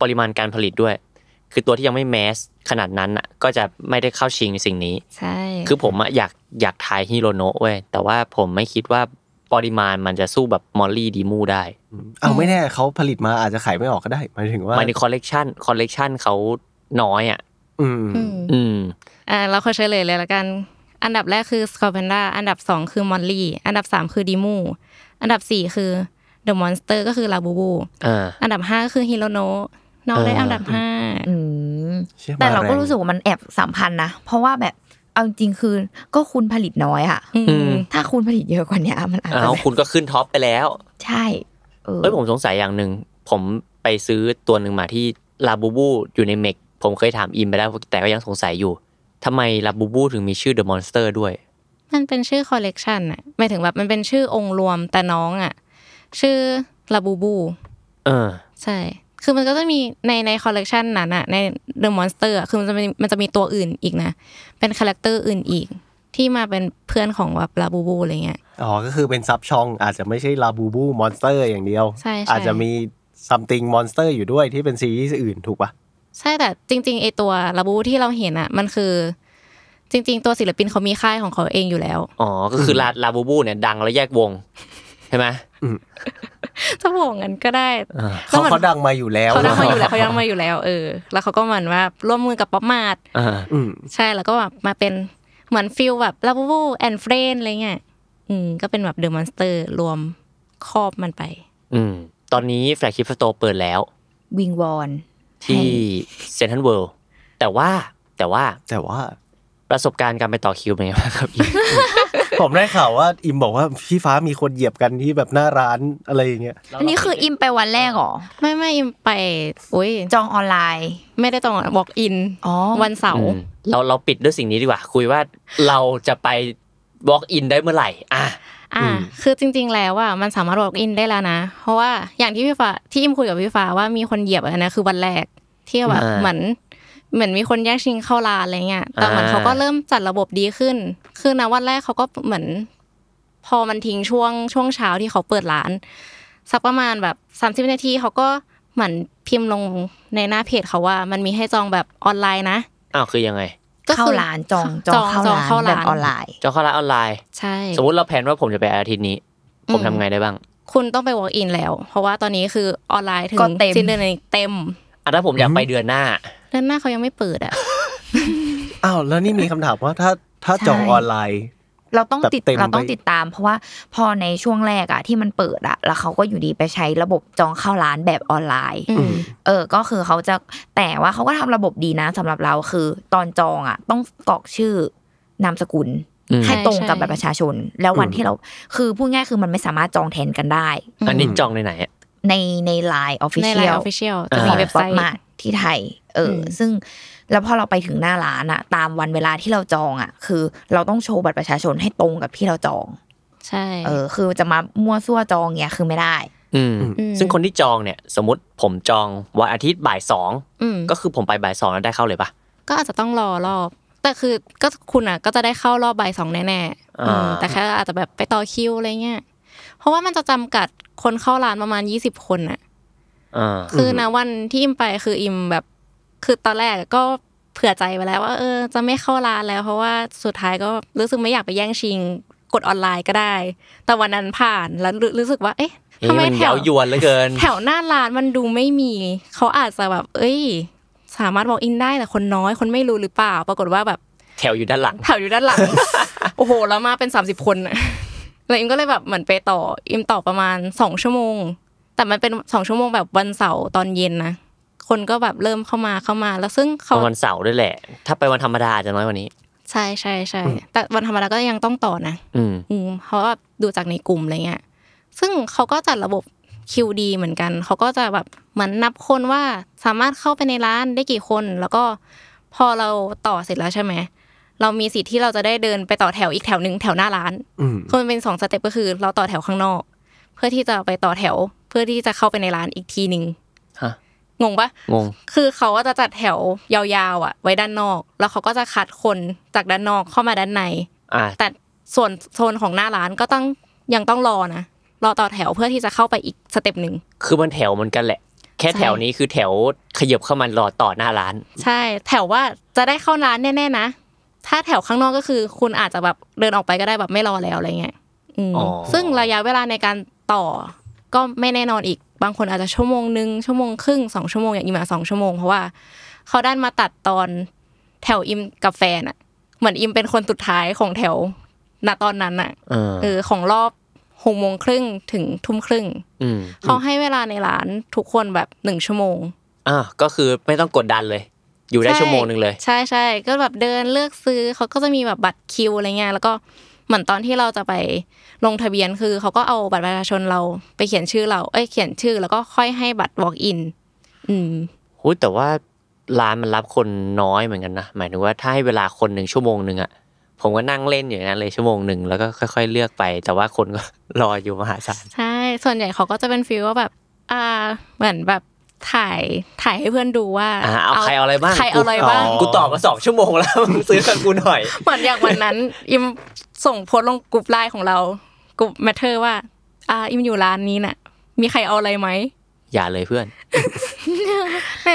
B: ปริมาณการผลิตด้วย คือตัวที่ยังไม่แมสขนาดนั้นอ่ะก็จะไม่ได้เข้าชิงในสิ่งนี้
E: ใช่
B: คือผมอะอยากอยากทายฮิโรโนะเว้ยแต่ว่าผมไม่คิดว่าปริมาณมันจะสู้แบบมอลลี่ดีมูได้
C: เอาไม่แน่เขาผลิตมาอาจจะขายไม่ออกก็ได้หมายถึงว่า
B: หมายถึงคอลเลกชันคอลเลกชันเขาน้อยอ่ะ
C: อืม
E: อืม
B: อืม
E: อ่าเราขอเฉลยเลยละกัน อันดับแรกคือสคอร์เพนด้าอันดับสองคือมอลลี่ อันดับสามคือดีมูอันดับสี่คือเดอะมอนสเตอร์ก็คือลาบูบู
B: อ่า
E: อันดับห้าก็คือฮิโรโนะน้องได้อันดับห้า
D: อืม
C: ชี่ย
D: แต่เราก็
C: มง
D: รู้สึกว่ามันแอบสัมพันธ์นะ เพราะว่าแบบ เอาจริงๆคือ ก็คุณผลิตน้อยอะ
E: อืม
D: ถ้าคุณผลิตเยอะกว่าเนี้ยมันอาจจะ
B: เอา
D: แบบ
B: คุณก็ขึ้นท็อปไปแล้ว
D: ใช่เออ
B: เอ้ยผมสงสัยอย่างหนึ่ง ผมไปซื้อตัวหนึ่งมาที่ลาบูบูอยู่ในเมก ผ ผมเคยถามอิมไปแล้วแต่ก็ยังสงสัยอยู่ทำไมลาบูบูถึงมีชื่อ The Monster ด้วย
E: มันเป็นชื่อคอลเลกชันอะหมายถึงแบบมันเป็นชื่อองค์รวมแต่น้องอะชื่อลาบูบู
B: เออ
E: ใช่ คือมันก็จะมีในในคอลเลกชันนั้นอะใน The Monster อะคือมันจะมีมันจะมีตัวอื่นอีกนะ เป็นคาแรคเตอร์อื่นอีก ที่มาเป็นเพื่อนของแบบลาบูบูอะไรเงี้ย
C: อ๋อ ก็คือเป็นซับช่อง อาจจะไม่ใช่ลาบูบูมอนสเตอร์อย่างเดียว
E: ใช่ใช่
C: อาจจะมี something monster อยู่ด้วยที่เป็นซีรีส์อื่นถูกปะ
E: ใช่แต่จริงๆไอตัวลาบูบูที่เราเห็นอะมันคือ จริง ๆ ตัวศิลปินเขามีค่ายของเขาเองอยู่แล้ว *laughs*
B: อ๋อ ก็คือลาลาบูบูเนี่ยดังแล้วแยกวง ใช่ไหม
E: จะบอกงั้นก็ได้
B: อ่า
C: เขาเขาดังมาอยู่แล้ว
E: เขาดังมาอยู่แล้วเขาดังมาอยู่แล้วเออ แล้วเขาก็เหมือนว่าร่วมมือกับป๊อปมาด
B: อ่า
C: *laughs* อืม
E: ใช่แล้วก็แบบมาเป็นเหมือนฟิลแบบลาบูบูแอนเฟรนอะไรเงี้ยอืมก็เป็นแบบเดอะมอนสเตอร์รวมครอบมันไป
B: อืม ตอนนี้แฟลกชิพสโตเปิดแล้ว
D: วิงวอน
B: ที่
D: ให้
B: เซนทันเวิลด์แต่ว่าแต่ว่า
C: แต่ว่า
B: ประสบการณ์การไปต่อคิวเป็นไงบ้างครับอิม
C: ผมได้ข่าวว่าอิมบอกว่าพี่ฟ้ามีคนเหยียบกันที่แบบหน้าร้านอะไรอย่างเงี้ย
D: อันนี้คืออิมไปวันแรกเหรอ
E: ไม่ไม่อิมไปอุ้ย
D: จองออนไลน์
E: ไม่ได้ต้องบอกอิน
D: อ๋อ
E: วันเสาร์
B: อืมเราเราปิดด้วยสิ่งนี้ดีกว่า คุยว่าเราจะไป walk in ได้เมื่อไหร่ อ่ะ
C: อื
E: อ่า
C: ม
E: คือจริง ๆ แล้วอ่ะมันสามารถบอกอินได้แล้วนะ เพราะว่าอย่างที่พี่ฟ้าที่อิมคุยกับพี่ฟ้าว่ามีคนเหยียบอันนะคือวันแรกที่แบบ
B: อ่า
E: เหมือนเหมือนมีคนแย่งชิงเข้าร้านอะไรเงี้ยแต่เหมือน
B: อ่า
E: เขาก็เริ่มจัดระบบดีขึ้น คือนะวันแรกเขาก็เหมือน พอมันทิ้งช่วงช่วงเช้าที่เขาเปิดร้าน สักประมาณแบบสามสิบนาทีเขาก็เหมือนพิมพ์ลงในหน้าเพจเขาว่า มันมีให้จองแบบออนไลน์นะ
B: อ้าวคือยังไง
E: ก็
D: เข้า
E: คือ
D: ร้านจองจองเข้าร้านแบบออนไลน์
B: จองเข้าร้านออนไลน์
E: ใช่
B: สมมติเราแผนว่าผมจะไปอาทิตย์นี้ ผมทำไงได้บ้าง
E: คุณต้องไป walk in แล้ว เพราะว่าตอนนี้คือออนไลน์ถึง
D: ก็เต็ม
E: สิ้นเดือนนี้เต็ม
B: อ่ะถ้าผมอยากไปเดือนหน้า
E: ด้านหน้าเขายังไม่เปิดอ่ะ
C: อ้าวแล้วนี่มีคำถามว่าถ้าถ้า
D: ใช่
C: จองออนไลน์
D: เราต้องติด
C: แบบเต็ม
D: เราต้อง
C: ไป
D: ติดตาม เพราะว่าพอในช่วงแรกอะที่มันเปิดอะแล้วเขาก็อยู่ดีไปใช้ระบบจองเข้าร้านแบบออนไลน์
E: อืม
D: เออ ก็คือเขาจะแต่ว่าเขาก็ทำระบบดีนะสำหรับเราคือตอนจองอ่ะ ต้องกรอกชื่อนามสกุล
B: อืม
D: ให้ตรงกับ
E: ใช่
D: บัตรประชาชน แล้ววัน
C: อืม
D: ที่เราคือพูดง่ายคือมันไม่สามารถจองแทนกันได้
B: อันนี้จองในไหนอะ
D: ในในไลน์ออฟฟิ
E: ใน
D: เชี
E: ไล
D: ย
E: น์
D: ล
E: official
B: อ่า
E: จะมีเว็บไซต์
D: มาที่ไทย เอออ
E: ม
D: ซึ่งแล้วพอเราไปถึงหน้าร้านอะตามวันเวลาที่เราจองอะคือ เราต้องโชว์บัตรประชาชนให้ตรงกับที่เราจอง
E: ใช่
D: เออ คือจะมามั่วซั่วจองเงี้ยคือไม่ได้
B: อืม
E: ม
B: ซึ่งคนที่จองเนี่ย สมมติผมจองวันอาทิตย์บ่ายสอง
E: อืม
B: ก็คือผมไปบ่ายสองแล้วได้เข้าเลยปะ
E: ก็อาจจะต้องรอรอบ แต่คือก็คุณอ่ะ ก็จะได้เข้ารอบบ่ายสองแน่ๆอืมแต่แค่อาจจะแบบไปต่อคิวอะไรเงี้ยเพราะว่ามันจะจำกัดคนเข้าร้านประมาณยี่สิบคนอ่ะ
B: อ่า
E: คือนะวันที่อิมไปคืออิมแบบ คือตอนแรกก็เผื่อใจไปแล้วว่าเออ จะไม่เข้าร้านแล้ว เพราะว่าสุดท้ายก็รู้สึกไม่อยากไปแย่งชิงกดออนไลน์ก็ได้ แต่วันนั้นผ่านแล้วรู้รู้สึกว่า เอ๊ะ
B: เอ๊ะ
E: ทำไม
B: มัน
E: แถ
B: เย้าว วยวนเหลือเกิน
E: แถวหน้าร้านมันดูไม่มี เขาอาจจะแบบ เอ้ย สามารถบอกอินได้แต่คนน้อยคนไม่รู้หรือเปล่า ปรากฏว่าแบบ
B: แถวอยู่ด้านหลัง
E: แถวอยู่ด้านหลัง โอ้โห แล้วมาเป็นสามสิบคนอะแล้วอิมก็เลยแบบเหมือนไปต่อ อิมต่อประมาณสองชั่วโมง แต่มันเป็นสองชั่วโมงแบบวันเสาร์ตอนเย็นนะ คนก็แบบเริ่มเข้ามาเข้ามา แล้วซึ่งเขา
B: วันเสาร์ด้วยแหละ ถ้าไปวันธรรมดาอาจจะน้อยกว่านี้
E: ใช่ใช่ใช่ แต่วันธรรมดาก็ยังต้องต่อนะ
B: อืม
E: อืมเพราะว่าดูจากในกลุ่มอะไรเงี้ย ซึ่งเขาก็จัดระบบคิวดีเหมือนกัน เขาก็จะแบบเหมือนนับคนว่าสามารถเข้าไปในร้านได้กี่คน แล้วก็พอเราต่อเสร็จแล้วใช่ไหม เรามีสิทธิ์ที่เราจะได้เดินไปต่อแถวอีกแถวหนึ่งแถวหน้าร้าน
C: อืม
E: คือมันเป็นสองสเต็ปก็คือเราต่อแถวข้างนอก เพื่อที่จะไปต่อแถว เพื่อที่จะเข้าไปในร้านอีกทีหนึ่ง
B: ฮะ
E: งงปะ
B: งง
E: คือเขาก็จะจัดแถวยาวๆอ่ะ ไว้ด้านนอก แล้วเขาก็จะคัดคนจากด้านนอกเข้ามาด้านใน
B: อ่ะ
E: แต่ส่วนโซนของหน้าร้านก็ต้องยังต้องรอนะ รอต่อแถวเพื่อที่จะเข้าไปอีกสเต็ปหนึ่ง
B: คือมันแถวเหมือนกันแหละ แค่
E: ใช่
B: แถวนี้คือแถวขยับเข้ามารอต่อหน้าร้าน
E: ใช่ แถวว่าจะได้เข้าร้านแน่ๆนะ ถ้าแถวข้างนอกก็คือคุณอาจจะแบบเดินออกไปก็ได้แบบไม่รอแล้วอะไรเงี้ยอืม
B: อ๋อ
E: ซึ่งระยะเวลาในการต่อ ก็ไม่แน่นอนอีก บางคนอาจจะชั่วโมงหนึ่งชั่วโมงครึ่งสองชั่วโมงอย่างอิมอะสองชั่วโมงเพราะว่าเขาด้านมาตัดตอนแถวอิมกับแฟนอะเหมือนอิมเป็นคนสุดท้ายของแถวณตอนนั้นอะ
B: เออ
E: เออของรอบหกโมงครึ่งถึงทุ่มครึ่ง
B: อืม
E: เขาให้เวลาในร้านทุกคนแบบหนึ่งชั่วโมง
B: อ่ะก็คือไม่ต้องกดดันเลย อยู่ได้
E: ใ
B: ชั่วโมงหนึ่งเลย
E: ใช่ใช่ก็แบบเดินเลือกซื้อเขาก็จะมีแบบบัตรคิวอะไรเงี้ยแล้วก็เหมือนตอนที่เราจะไปลงทะเบียนคือเขาก็เอาบัตรประชาชนเราไปเขียนชื่อเราเอ้ยเขียนชื่อแล้วก็ค่อยให้บัตร walk in อืม
B: หูยแต่ว่า ร้านมันรับคนน้อยเหมือนกันนะ หมายถึงว่าถ้าให้เวลาคนหนึ่งชั่วโมงหนึ่งอะผมก็นั่งเล่นอยู่อย่างนั้นเลยชั่วโมงหนึ่งแล้วก็ค่อยๆเลือกไป แต่ว่าคนก็ รออยู่มหาศาล
E: ใช่ ส่วนใหญ่เขาก็จะเป็นฟีลว่าแบบ อ่า เหมือนแบบถ่ายถ่ายให้เพื่อนดูว่า
B: อ่าเอาใครเอาอะไรบ้าง
E: ใครเอาอะไรบ้าง
C: อ๋อ
B: กูตอบมาสองชั่วโมงแล้ว *laughs* มึงซื้อกับกูหน่อย
E: เหมือนอย่างวันนั้น อิมส่งโพสต์ลงกลุ่มไลน์ของเรากลุ่มแมทเทอร์ว่า อ่าอิมอยู่ร้านนี้น่ะ มีใครเอาอะไรไหม
B: อย่าเลยเพื่อน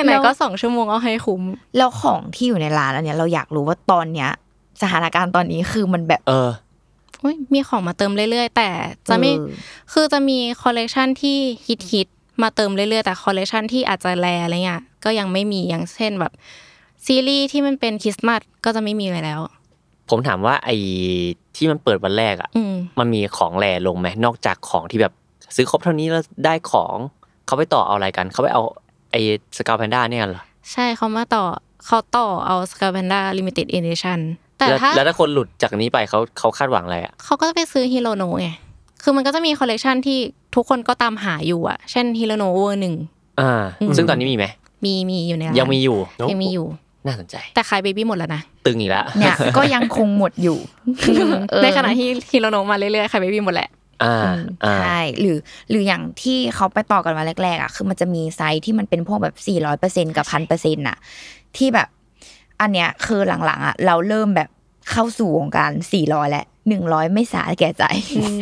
E: ไหนๆก็สองชั่วโมงเอาให้คุ้ม
D: แล้วของที่อยู่ในร้านอันเนี้ยเราอยากรู้ว่าตอนเนี้ย สถานการณ์ตอนนี้คือมันแบบ
B: เออ
E: อุ๊ยมีของมาเติมเรื่อยๆ แต่จะไม่
D: เออ
E: คือจะมีคอลเลกชันที่ฮิตๆมาเติมเรื่อยๆ แต่คอลเลกชันที่อาจจะแลอะไรเงี้ยก็ยังไม่มีอย่างเช่นแบบซีรีส์ที่มันเป็นคริสต์มาสก็จะไม่มีไว้แล้ว
B: ผมถามว่าไอ้ที่มันเปิดวันแรกอะ
E: อืม
B: มันมีของแลลงไหมนอกจากของที่แบบซื้อครบเท่านี้แล้วได้ของเขาไปต่อเอาอะไรกันเขาไปเอาไอ้สกาวแพนด้าเนี่ยเหรอ
E: ใช่เขามาต่อเขาต่อเอาสกา v บนด a าลิมิเต็ดเอเดชันแต่
B: ล้ว
E: ถ้า
B: แล้วถ้าคนหลุดจากนี้ไปเขาเขาคาดหวังอะไรอะ
E: เขาก็จะไปซื้อฮิโรโนไงคือมันก็จะมีคอลเลกชันที่ทุกคนก็ตามหาอยู่อะเช่นฮิโรโนเวอร์หนึ่ง
B: อ่า
E: อืม
B: ซึ่งตอนนี้มีไหม
E: มีมีอยู่ในร้าน
B: ยังมีอยู่
E: ยังมีอยู่
B: น่าสนใจ
E: แต่ขายเบบี้หมดแล้วนะ
B: ตึงอีกแล้ว
D: เนี่ย ก็ยังคงหมด
E: *laughs*
D: อยู่เออ
E: ในขณะที่ฮิโรโนมาเรื่อยๆขายเบบี้หมดแหละ
B: อ่า
D: อืม
B: อ่า
D: ใช่หรือหรืออย่างที่เขาไปต่อกันมาแรกๆอ่ะคือมันจะมีไซส์ที่มันเป็นพวกแบบสี่ร้อยเปอร์เซ็นกับพันเปอร์เซ็นต์่ะ ที่แบบ อันเนี้ยคือหลังๆอ่ะเราเริ่มแบบเข้าสู่วงการสี่ร้อยและหนึ่งร้อยไม่สาแก่ใจ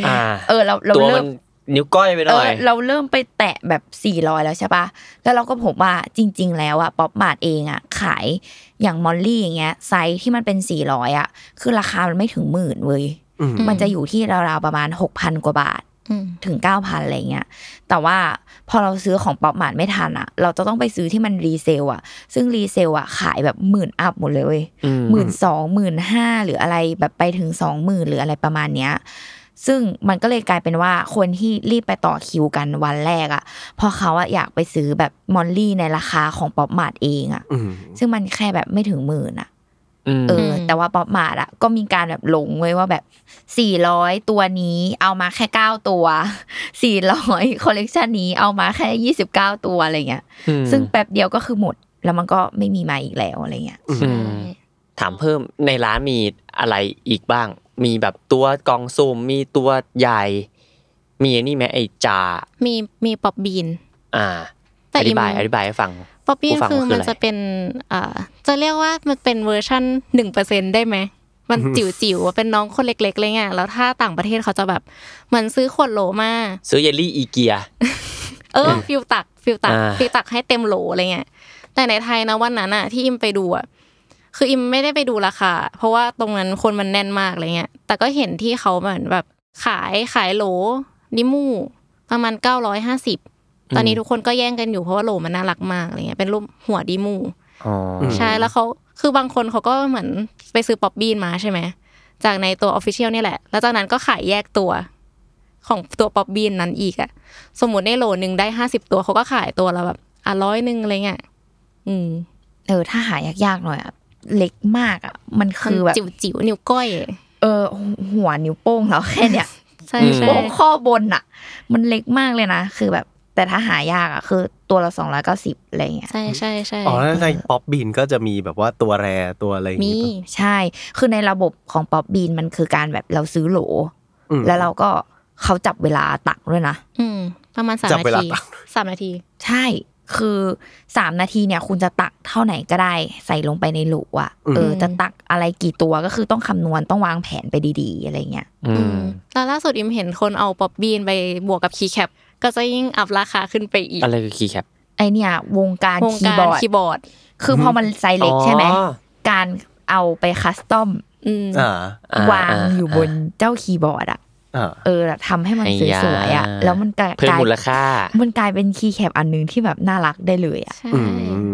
B: อ่า
D: เออเราเรา
B: ตัว
D: เริ่
B: มั
D: ม
B: นนิ้วก้อยไปห
D: เอ
B: น่อ
D: อย เราเริ่มไปแตะแบบสี่ร้อยแล้วใช่ปะแล้วเราก็ผมว่าจริง ๆ แล้วอ่ะป๊อปมาดเองอ่ะขายอย่างมอลลี่อย่างเงี้ยไซส์ที่มันเป็นสี่ร้อยอ่ะคือราคามันไม่ถึงหมื่นเว้ย
C: อืม
E: ม
D: มันจะอยู่ที่ราวๆประมาณหกพันกว่าบาท
E: อืม
D: ถึงเก้าพันอะไรเงี้ย แต่ว่าพอเราซื้อของป๊อปมาร์ทไม่ทันอ่ะ เราจะต้องไปซื้อที่มันรีเซลอ่ะ ซึ่งรีเซลอ่ะขายแบบหมื่นอัพหมดเลยเว้ย
B: อืม
D: หมื่นสองหมื่นห้าหรืออะไรแบบไปถึงสองหมื่นหรืออะไรประมาณเนี้ย ซึ่งมันก็เลยกลายเป็นว่าคนที่รีบไปต่อคิวกันวันแรกอ่ะเพอเขาอะอยากไปซื้อแบบมอลลี่ในราคาของป๊อปมาร์ทเองอ่ะ
C: อืม
D: ซึ่งมันแค่แบบไม่ถึงหมื่นอ่ะ
B: อืม
D: เออ
E: ม
D: แต่ว่าป๊อปมาร์ทอะก็มีการแบบลงไว้ว่าแบบ 400 ตัวนี้เอามาแค่ 9 ตัว *laughs* 400 คอลเลกชันนี้เอามาแค่ 29 ตัวอะไรเงี้ย
B: ม
D: ซึ่งแป๊บเดียวก็คือหมด แล้วมันก็ไม่มีมาอีกแล้วอะไรเงี้ย
B: อืมถามเพิ่มในร้านมีอะไรอีกบ้าง มีแบบตัวกล่องซูมมีตัวใหญ่ มีไอ้นี่ไหมไอ้จา
E: มีมีป๊อบบีน
B: อ่า
E: แต่
B: อ
E: อิ
B: ธิ
E: ม
B: บายอธิบายให้ฟัง
E: ป๊อบบี้
B: ผู้ฟัง
E: คือ
B: ว่าคือ
E: มัน
B: อะไร
E: จะเป็นเอ่อจะเรียกว่ามันเป็นเวอร์ชันหนึ่งเปอร์เซ็นได้ไหม มันจิ๋วจิ๋วๆเป็นน้องคนเล็กๆเลยไงแล้วถ้าต่างประเทศเขาจะแบบเหมือนซื้อขวดโหลมา
B: ซื้อเยลลี่อีเกีย
E: เออฟิลตักฟิลตัก
B: อ่า
E: ฟิลตักให้เต็มโหลอะไรเงี้ยแต่ในไทยนะวันนั้นอะที่อิมไปดูอะคืออิมไม่ได้ไปดูราคาเพราะว่าตรงนั้นคนมันแน่นมากอะไรเงี้ย แต่ก็เห็นที่เขาเหมือนแบบขายขายโหลนิมูประมาณเก้าร้อยห้าสิบตอนนี้ทุกคนก็แย่งกันอยู่เพราะว่าโหลมันน่ารักมากอะไรเงี้ยเป็นรูปหัวดิมู
B: อ๋ออ
C: ม
E: ใช่แล้วเขาคือบางคนเขาก็เหมือนไปซื้อป๊อบบี้มาใช่ไหม จากในตัวออฟฟิเชียลนี่ยแหละ แล้วจากนั้นก็ขายแยกตัว ของตัวป๊อบบี้นั้นอีกอะสมมติในโหลหนึ่งได้ห้าสิบตัวเขาก็ขายตัวละแบบอ่ะร้อยหนึ่งอะไรเงี้ยอืม
D: เออถ้าหายากๆหน่อยอะเล็กมากอะมัน
E: มัน
D: คือแบบ
E: จิ๋วจิ๋วๆนิ้วก้อย
D: เออหัวนิ้วโป้งเราแค่เนี้ย
E: ใช่
D: โป้
E: ใช่
D: งข้อบนอะมันเล็กมากเลยนะคือแบบแต่ถ้าหายากอะคือตัวละ290อะไรเงี้ย
E: ใช่ใช่ใช่
C: อ๋อแล้วในป๊อปบีนก็จะมีแบบว่าตัวแรตัวอะไรอย่าง
E: มี
C: งี้ปะ
D: ใช่ คือในระบบของป๊อปบีนมันคือการแบบเราซื้อโหล
C: อืม
D: แล้วเราก็เขาจับเวลาตักด้วยนะ
E: อืม ประมาณสาม
C: จับ
E: นา
C: เวลา
E: ที
C: ตัก
E: สามนาที
D: ใช่ คือสามนาทีเนี่ยคุณจะตักเท่าไหนก็ได้ใส่ลงไปในโหลอะ
C: อืม
D: เออ จะตักอะไรกี่ตัวก็คือต้องคำนวณต้องวางแผนไปดีๆ อะไรเงี้ย
B: อื
E: อื
B: ม
E: มแล้วล่าสุดอิมเห็นคนเอาป๊อบบี้ไปบวกกับคีย์แคปก็จะยิ่งอัพราคาขึ้นไปอีก
B: อะไรคือคีย์แคป
D: ไอเนี่ยวงการ
E: วง
D: คี
E: กา
D: ย์
E: ร
D: บอร์ด
E: คีย์บอร์ด
D: คือพอมันไซส์เล็กใช่ไหม
B: อ๋อ
D: การเอาไปคัสตอม
E: อืม
C: อ่า
B: อ่
D: วางอยู่บนเจ้าคีย์บอร์ดอะ
C: อ่า
D: เออทำให้มันสวยๆอะแล้วมันกลาย
B: เพิ่มมูลค่า
D: มันกลายเป็นคีย์แคปอันหนึงที่แบบน่ารักได้เลยอะ
E: ใช่
C: อืม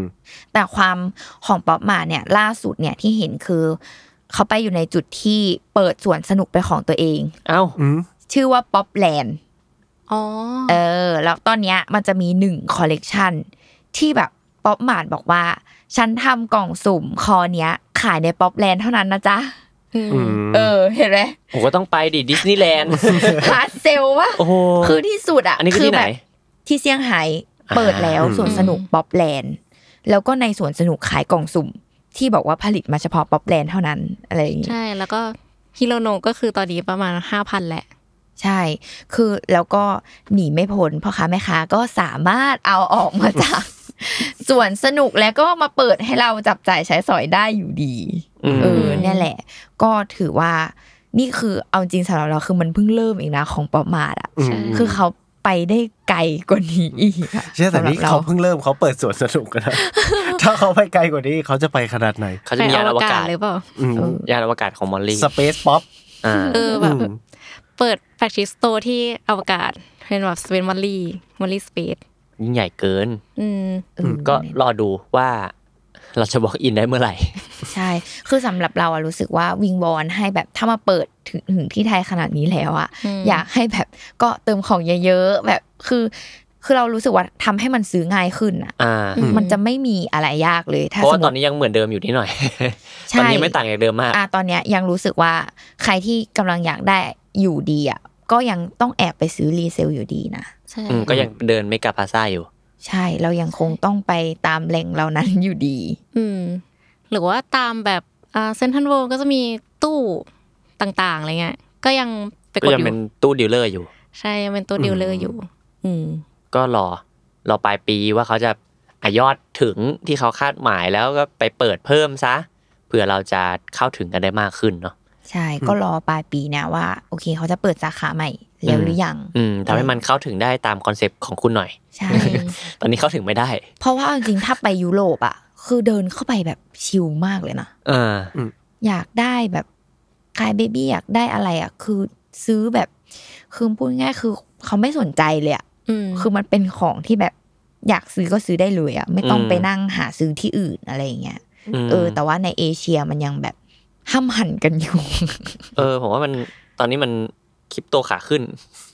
D: แต่ความของป๊อปมาเนี่ยล่าสุดเนี่ยที่เห็นคือ เขาไปอยู่ในจุดที่เปิดสวนสนุกไปนของตัวเอง
B: เอ้า
C: อืม
D: ชื่อว่าป๊อปแลนด์
E: อ๋อ
D: เออ แล้วตอนเนี้ยมันจะมีหนึ่งคอลเลกชันที่แบบป๊อปมาดบอกว่า ฉันทำกล่องสุ่มคอเนี้ย ขายในป๊อปแลนด์เท่านั้นนะจ๊ะ
E: อืม
C: อืม
D: เออ เห็นไหม
B: ผมก็ต้องไปดิดิสนีย์แลนด์
D: ฮาร์ดเซลวะ
B: โอ้โห
D: คือที่สุดอ่ะ
B: อันนี้คือที่ไหน
D: แบบที่เซียงไฮ้เปิดแล้ว
C: อ่า
D: สวนสนุก
E: อืม
D: ป๊อปแลนด์ แล้วก็ในสวนสนุกขายกล่องสุ่ม ที่บอกว่าผลิตมาเฉพาะป๊อปแลนด์เท่านั้นอะไรอย่างนี้
E: ใช่แล้วก็ฮิโรโนะก็คือตอนนี้ประมาณ 5,000แหละ
D: ใช่ คือแล้วก็หนีไม่พ้นพ่อค้าแม่ค้าก็สามารถเอาออกมาจาก สวนสนุกแล้วก็มาเปิดให้เราจับจ่ายใช้สอยได้อยู่ดี
B: อืม
D: เออเนี่ยแหละ ก็ถือว่านี่คือเอาจริงสำหรับเราคือมันเพิ่งเริ่มเองนะของป๊อปมาร์ทอ่ะ
C: ม
D: คือเขาไปได้ไกลกว่านี้อีกอะ
C: ใช่แต่นี่
D: สำหรับ
C: เขา
D: ร
C: เพิ่งเริ่มเขาเปิดสวนสนุกกันนะ ถ้าเขาไปไกลกว่านี้เขาจะไปขนาดไหน
B: เขาจะมียานอวกาศ
E: หรือเปล่า
C: อืม
D: เออ
B: ยานอวกาศของมอลลี่
C: สเปซป๊อป
B: อ่า
E: เออแบบ เปิดแฟคชิสโตที่อวกาศเป็นแบบเป็นมอลลี่มอลลี่สเปซ
B: ยิ่งใหญ่เกิน
E: อืม
D: เออ
B: ก็รอดูว่าเราจะบอกอินได้เมื่อไหร่
D: ใช่ คือสำหรับเราอะรู้สึกว่าวิงวอนให้แบบถ้ามาเปิดถึงถึงที่ไทยขนาดนี้แล้วอะ
E: อืม
D: อยากให้แบบก็เติมของเยอะๆแบบคือ คือเรารู้สึกว่าทำให้มันซื้อง่ายขึ้นอะ
B: อ่า
E: อืม
D: มันจะไม่มีอะไรยากเลยถ้า
B: เพราะ
D: ส
B: ว่าม
D: ม
B: ตอน
D: ติ
B: นี้ยังเหมือนเดิมอยู่นิดหน่อย
D: ใช่
B: ตอนนี้ไม่ต่างจากเดิมมาก
D: อ่ะตอนเนี้ยยังรู้สึกว่าใครที่กำลังอยากได้อยู่ดีอะก็ยังต้องแอบไปซื้อรีเซลอยู่ดีนะ
E: ใช่
B: อืมก็ยังเดินไม่กลับพาซ่าอยู่
D: ใช่เรายังคงต้องไปตามแหล่งเหล่านั้นอยู่ดี
E: อืมหรือว่าตามแบบอ่าเซนทันโวก็จะมีตู้ต่างๆอะไรเงี้ยก็ยังไป
B: ก็
E: กด
B: ยัง
E: อ
B: เป็น
E: ยู่
B: ตู้ดีลเลอร์อยู่
E: ใช่ยังเป็นตัวดีลเลอร์อยู่ อืม
B: ก็รอ รอปลายปีว่าเขาจะอะยอดถึงที่เขาคาดหมายแล้วก็ไปเปิดเพิ่มซะ เผื่อเราจะเข้าถึงกันได้มากขึ้นเนาะ
D: ใช่ก็รอปลายปีเนี่ยว่า โอเคเขาจะเปิดสาขาใหม่แล้วหรือยัง
B: อืมทำให้มันเข้าถึงได้ตามคอนเซปต์ของคุณหน่อย
D: ใช่
E: *laughs*
B: ตอนนี้เข้าถึงไม่ได้
D: เพราะว่าเอาจริงๆถ้าไปยุโรปอ่ะ คือเดินเข้าไปแบบชิลมากเลยนะ
B: อ่า
D: อยากได้แบบคายเบบี้อยากได้อะไรอ่ะ คือซื้อแบบคือพูดง่ายๆคือเขาไม่สนใจเลยอ่ะ
E: อืม
D: คือมันเป็นของที่แบบอยากซื้อก็ซื้อได้เลยอ่ะ ไม่ต้อง
B: อืม
D: ไปนั่งหาซื้อที่อื่นอะไรอย่างเงี้ย
B: ม
D: เออ แต่ว่าในเอเชียมันยังแบบห้ามหันกันอยู่ *laughs*
B: เออ ผมว่ามันตอนนี้มันคริปโตขาขึ้น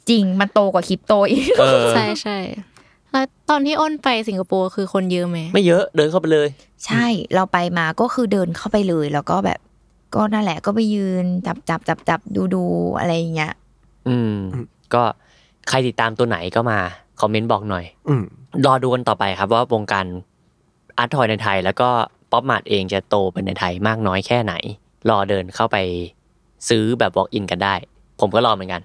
D: จริงมันโตกว่าคริปโตอีก
B: เออ
E: ใช่ใช่แล้วตอนที่อ้นไปสิงคโปร์คือคนเยอะไหม
B: ไม่เยอะเดินเข้าไปเลย
D: ใช่เราไปมาก็คือเดินเข้าไปเลย แล้วก็แบบก็นั่นแหละก็ไปยืนจับจับจับจับดูดูอะไรอย่างเงี้ย
B: อืม
C: อืม
B: ก็ใครติดตามตัวไหนก็มา คอมเมนต์บอกหน่อย
C: อืม
B: รอดูกันต่อไปครับว่าวงการอาร์ตทอยในไทย แล้วก็ป๊อปมาร์ทเองจะโตเป็นในไทยมากน้อยแค่ไหน รอเดินเข้าไปซื้อแบบ walk in กันได้ ผมก็รอเหมือนกัน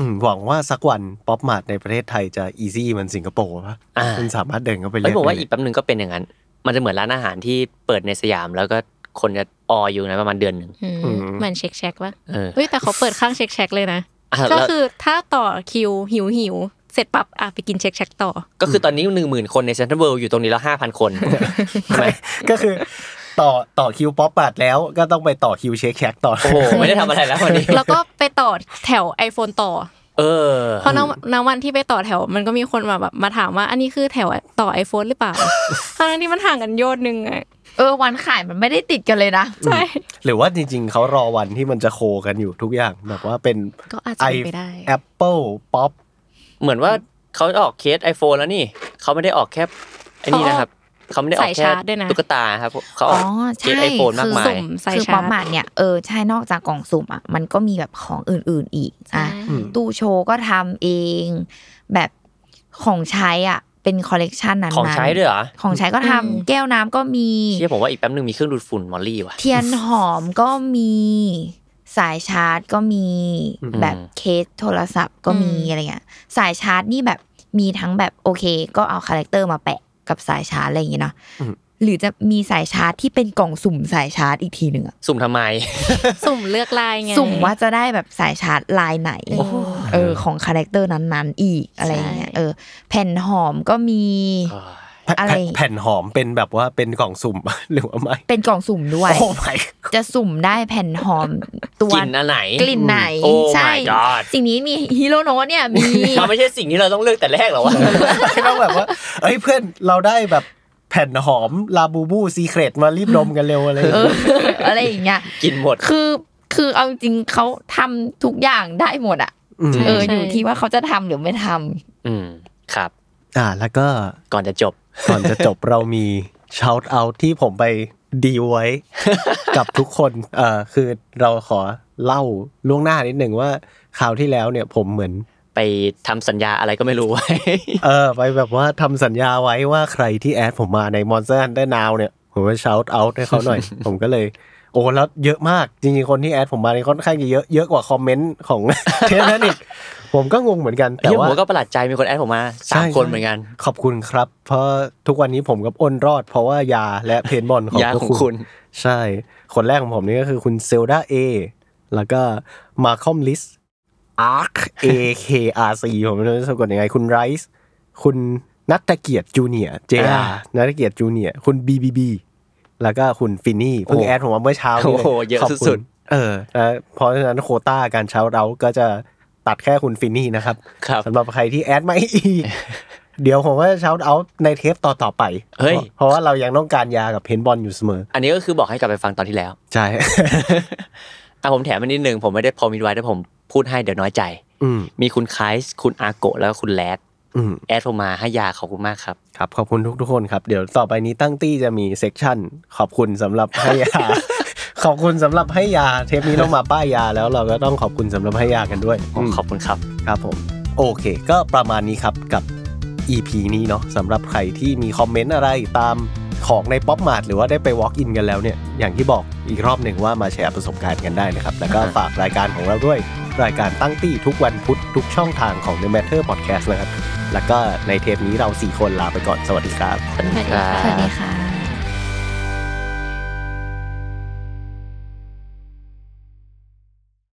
C: อืมหวังว่าสักวันป๊อปมาร์ทในประเทศไทยจะอีซี่เหมันสิงคโปร์ปะ
B: อ่า
C: คุณสามารถเดินเข้าไปเลื
B: เอ้ย
C: อก
B: ผมว่า
C: ได้
B: อีก
C: เลย
B: แป๊บหนึ่งก็เป็นอย่างนั้น มันจะเหมือนร้านอาหารที่เปิดในสยาม แล้วก็คนจะอออยู่นะประมาณเดือนหนึ่ง
E: อืมเหมือนเช็คแช็คปะ
B: เออ
E: เฮ้ยแต่เขาเปิดข้างเช็คแช็คเลยนะ
B: อ่ะ
E: ก็
B: แล้ว
E: คือถ้าต่อคิวหิวหิวเสร็จปั๊บอ่ะไปกินเช็คแช็คต่อ
B: ก็คือตอนนี้หนึ่งหมื่นคนในเซ็นทรัลเวิลด์อยู่ตรงนี้แล้วห้าพัน
E: *laughs*
B: คนใช่ไหม
C: ก็คือ ต่อต่อคิวป๊อปมาร์ทแล้วก็ต้องไปต่อคิวเชคแคกต่อ
B: โอ้โหไม่ได้ทำอะไรแล้ววันนี้
E: แล้วก็ไปต่อแถว iPhone ต่อ
B: เออ
E: เพราะนณวันที่ไปต่อแถวมันก็มีคนมาแบบมาถามว่าอันนี้คือแถวต่อ iPhone
B: *laughs*
E: หรือเปล่า ทั้งที่มันห่างกันโยชนหนึ่งอะ
D: เออวันขายมันไม่ได้ติดกันเลยนะ
E: ใช่
C: หรือว่าจริง ๆ เขารอวันที่มันจะโคกันอยู่ทุกอย่างแบบว่าเป็น
E: ก็อาจจะเป็นไปได้
C: Apple ป๊อป
B: เหมือนว่าเขาออกเคส iPhone แล้วนี่เขาไม่ได้ออกแค่ไอ้นี่นะครับเขาไม่ได้ออก
E: สาย
B: แค่
E: ชาร์จด้วยนะ
B: ตุ๊กตาครับเขาอ
D: อ๋
B: อ
D: อก
B: เคส
D: ใช่
B: ไอโฟนมาก
D: คือ
B: มา
E: สุ่
B: ย
E: มใส่
D: คือ
E: ชา
D: ป๊อ
E: ร์
D: ป
E: จ
D: มาร์ทเนี่ยเออใช่นอกจากกล่องสุ่มอ่ะมันก็มีแบบของอื่นๆอีก
E: ใช่
D: อ่ะตู้โชว์ก็ทำเอง แบบของใช้อ่ะเป็นคอลเลกชันนั้นๆ
B: ของใช้ด้วยเหรอ
D: ของใช้ก็ทำแก้วน้ำก็มี
B: เชื่อผมว่าอีกแป๊บนึงมีเครื่องดูดฝุ่นมอลลี่ว่ะ
D: เทียนหอมก็มีสายชาร์จก็มี
C: อืม
D: แบบเคสโทรศัพท์ก็มีอะไรเงี้ยสายชาร์จนี่แบบมีทั้งแบบโอเค ก็เอาคาแรคเตอร์มาแปะกับสายชาร์จอะไรอย่างเงี้ยเนาะ
C: อืม
D: หรือจะมีสายชาร์จที่เป็นกล่องสุ่มสายชาร์จอีกทีหนึ่งอะ
B: สุ่ม
D: *laughs*
B: ทำไม
E: สุ่มเลือกลายไง
D: สุ่มว่าจะได้แบบสายชาร์จลายไหน
E: โอ้โห
D: เออของคาแรคเตอร์นั้นๆ อีกอะไรอย่างเงี้ย
E: ใช่
D: เออ แผ่นหอมก็มี
C: แผ่น
D: อะไร
C: แผ่นแผ่นหอมเป็นแบบว่าเป็นกล่องสุ่ม *laughs* หรือว่าไม่
D: เป็นกล่องสุ่มด้วย
C: โอ้ *laughs* ไม่
D: จะสุ่มได้แผ่นหอมตัว
B: กลิ่นอันไหน
D: กลิ่นไหน
B: โอ้
D: ใช่
B: my god
D: สิ่งนี้มีฮิโรโนะเนี่ยมี
B: *laughs* มันไม่ใช่สิ่งที่เราต้องเลือกแต่แรกหรอวะ
C: ไม่ต้องแบบว่าเอ้ยเพื่อนเราได้แบบแผ่นหอมลาบูบูซีเครตมารีบดมกันเร็วอะไรอย่าง
D: เอ
C: เงี้ย
D: อ อะไรอย่างเงี้ย
B: กลิ่นหมด
D: คือคือเอาจริงๆเขาทำทุกอย่างได้หมดอ่ะ
C: อืม
E: ใช่
D: เอออยู่ที่ว่าเขาจะทำหรือไม่ทำ
B: อืมครับ
C: อ่าแล้วก็
B: ก่อนจะจบ
C: ก่อนจะจบ *laughs* เรามี shout out ที่ผมไปดีลไว้ กับทุกคน *laughs* เอ่อคือเราขอเล่าล่วงหน้านิดหนึ่งว่าคราวที่แล้วเนี่ยผมเหมือน
B: ไปทำสัญญาอะไรก็ไม่รู้ *laughs* ไว้
C: เออไปแบบว่าทำสัญญาไว้ว่าใครที่แอดผมมาใน Monster Hunter Now เนี่ย ผมจะ shout out ให้เขาห
B: *laughs*
C: น่อย ผมก็เลย โอ้แล้วเยอะมาก จริงๆ คนที่แอดผมมาในยค่อนข้างจะเยอะเยอะกว่าคอมเมนต์ของ *laughs* เทปนั้นอีกผมก็งงเหมือนกัน แต่
B: เฮ้ย
C: ว่า
B: ผมก็ประหลาดใจมีคนแอดผมมา
C: ใช่
B: สามคน
C: ใช่
B: เหมือนกัน
C: ขอบคุณครับ เพราะทุกวันนี้ผมกับอ้นรอด เพราะว่ายาและเพนบอลของ
B: ยา
C: พวก
B: ของ
C: คุณ
B: คุณ
C: ใช่ คนแรกของผมนี่ก็คือคุณเซลดาเอแล้วก็มาคอมลิสอาร์คเอเคอาร์ซีผมไม่รู้จะสะกดยังไง คุณไรซ์คุณนัตเกียรติจูเนียเจอานัตเกียรติจูเนียคุณบีบีบีแล้วก็คุณฟินนี่เพิ่งแอดผมมาเมื่อเช้า
B: โอ้
C: นี้เลย
B: โหเยอะ
C: ขบคุณ
B: สุด
C: เออแล้วเพราะฉะนั้นโควต้าการเช้าเราก็จะตัดแค่คุณฟินนี่นะครับ
B: ๆครับ
C: สำหรับใครที่แอดไม่อี
B: *laughs*
C: ก เดี๋ยวผมก็จะเช้าเอาในเทปต่อ ๆ ไป
B: เฮ้ย
C: เพราะว่าเรายังต้องการยากับเพนบอลอยู่เสมอ
B: อันนี้ก็คือบอกให้กลับไปฟังตอนที่แล้ว
C: ใช่
B: *laughs* อ่ะผมแถมไปนิดนึงผมไม่ได้พอมิดไว้แต่ผมพูดให้เดี๋ยวน้อยใจ
C: อืม
B: มีคุณไคส์คุณอาโกะแล้วก็คุณแรด
C: อืม
B: แอดผมมาให้ยาขอบคุณมากครับ
C: ครับ ขอบคุณทุกทุกๆคนครับ เดี๋ยวต่อไปนี้ตั้งตี้จะมีเซกชันขอบคุณสำหรับให้ยา *laughs* ขอบคุณสำหรับให้ยา เทปนี้ต้องมาป้ายยาแล้วเราก็ต้องขอบคุณสำหรับให้ยากันด้วย
B: ขอบคุณครับ
C: ครับผม โอเค ก็ประมาณนี้ครับกับ EP นี้เนาะสำหรับใครที่มีคอมเมนต์อะไรตามของในป๊อปมาร์ทหรือว่าได้ไป Walk in กันแล้วเนี่ย อย่างที่บอกอีกรอบหนึ่งว่ามาแชร์ประสบการณ์กันได้นะครับ แล้วก็ฝากรายการของเราด้วย รายการตั้งตี้ทุกวันพุธทุกช่องทางของ The Matter Podcast นะครับ แล้วก็ในเทปนี้เรา 4 คนลาไปก่อนสวัสดีครับ
B: สวัสดีครั
D: สวัส
B: บ
D: ดีค่ะ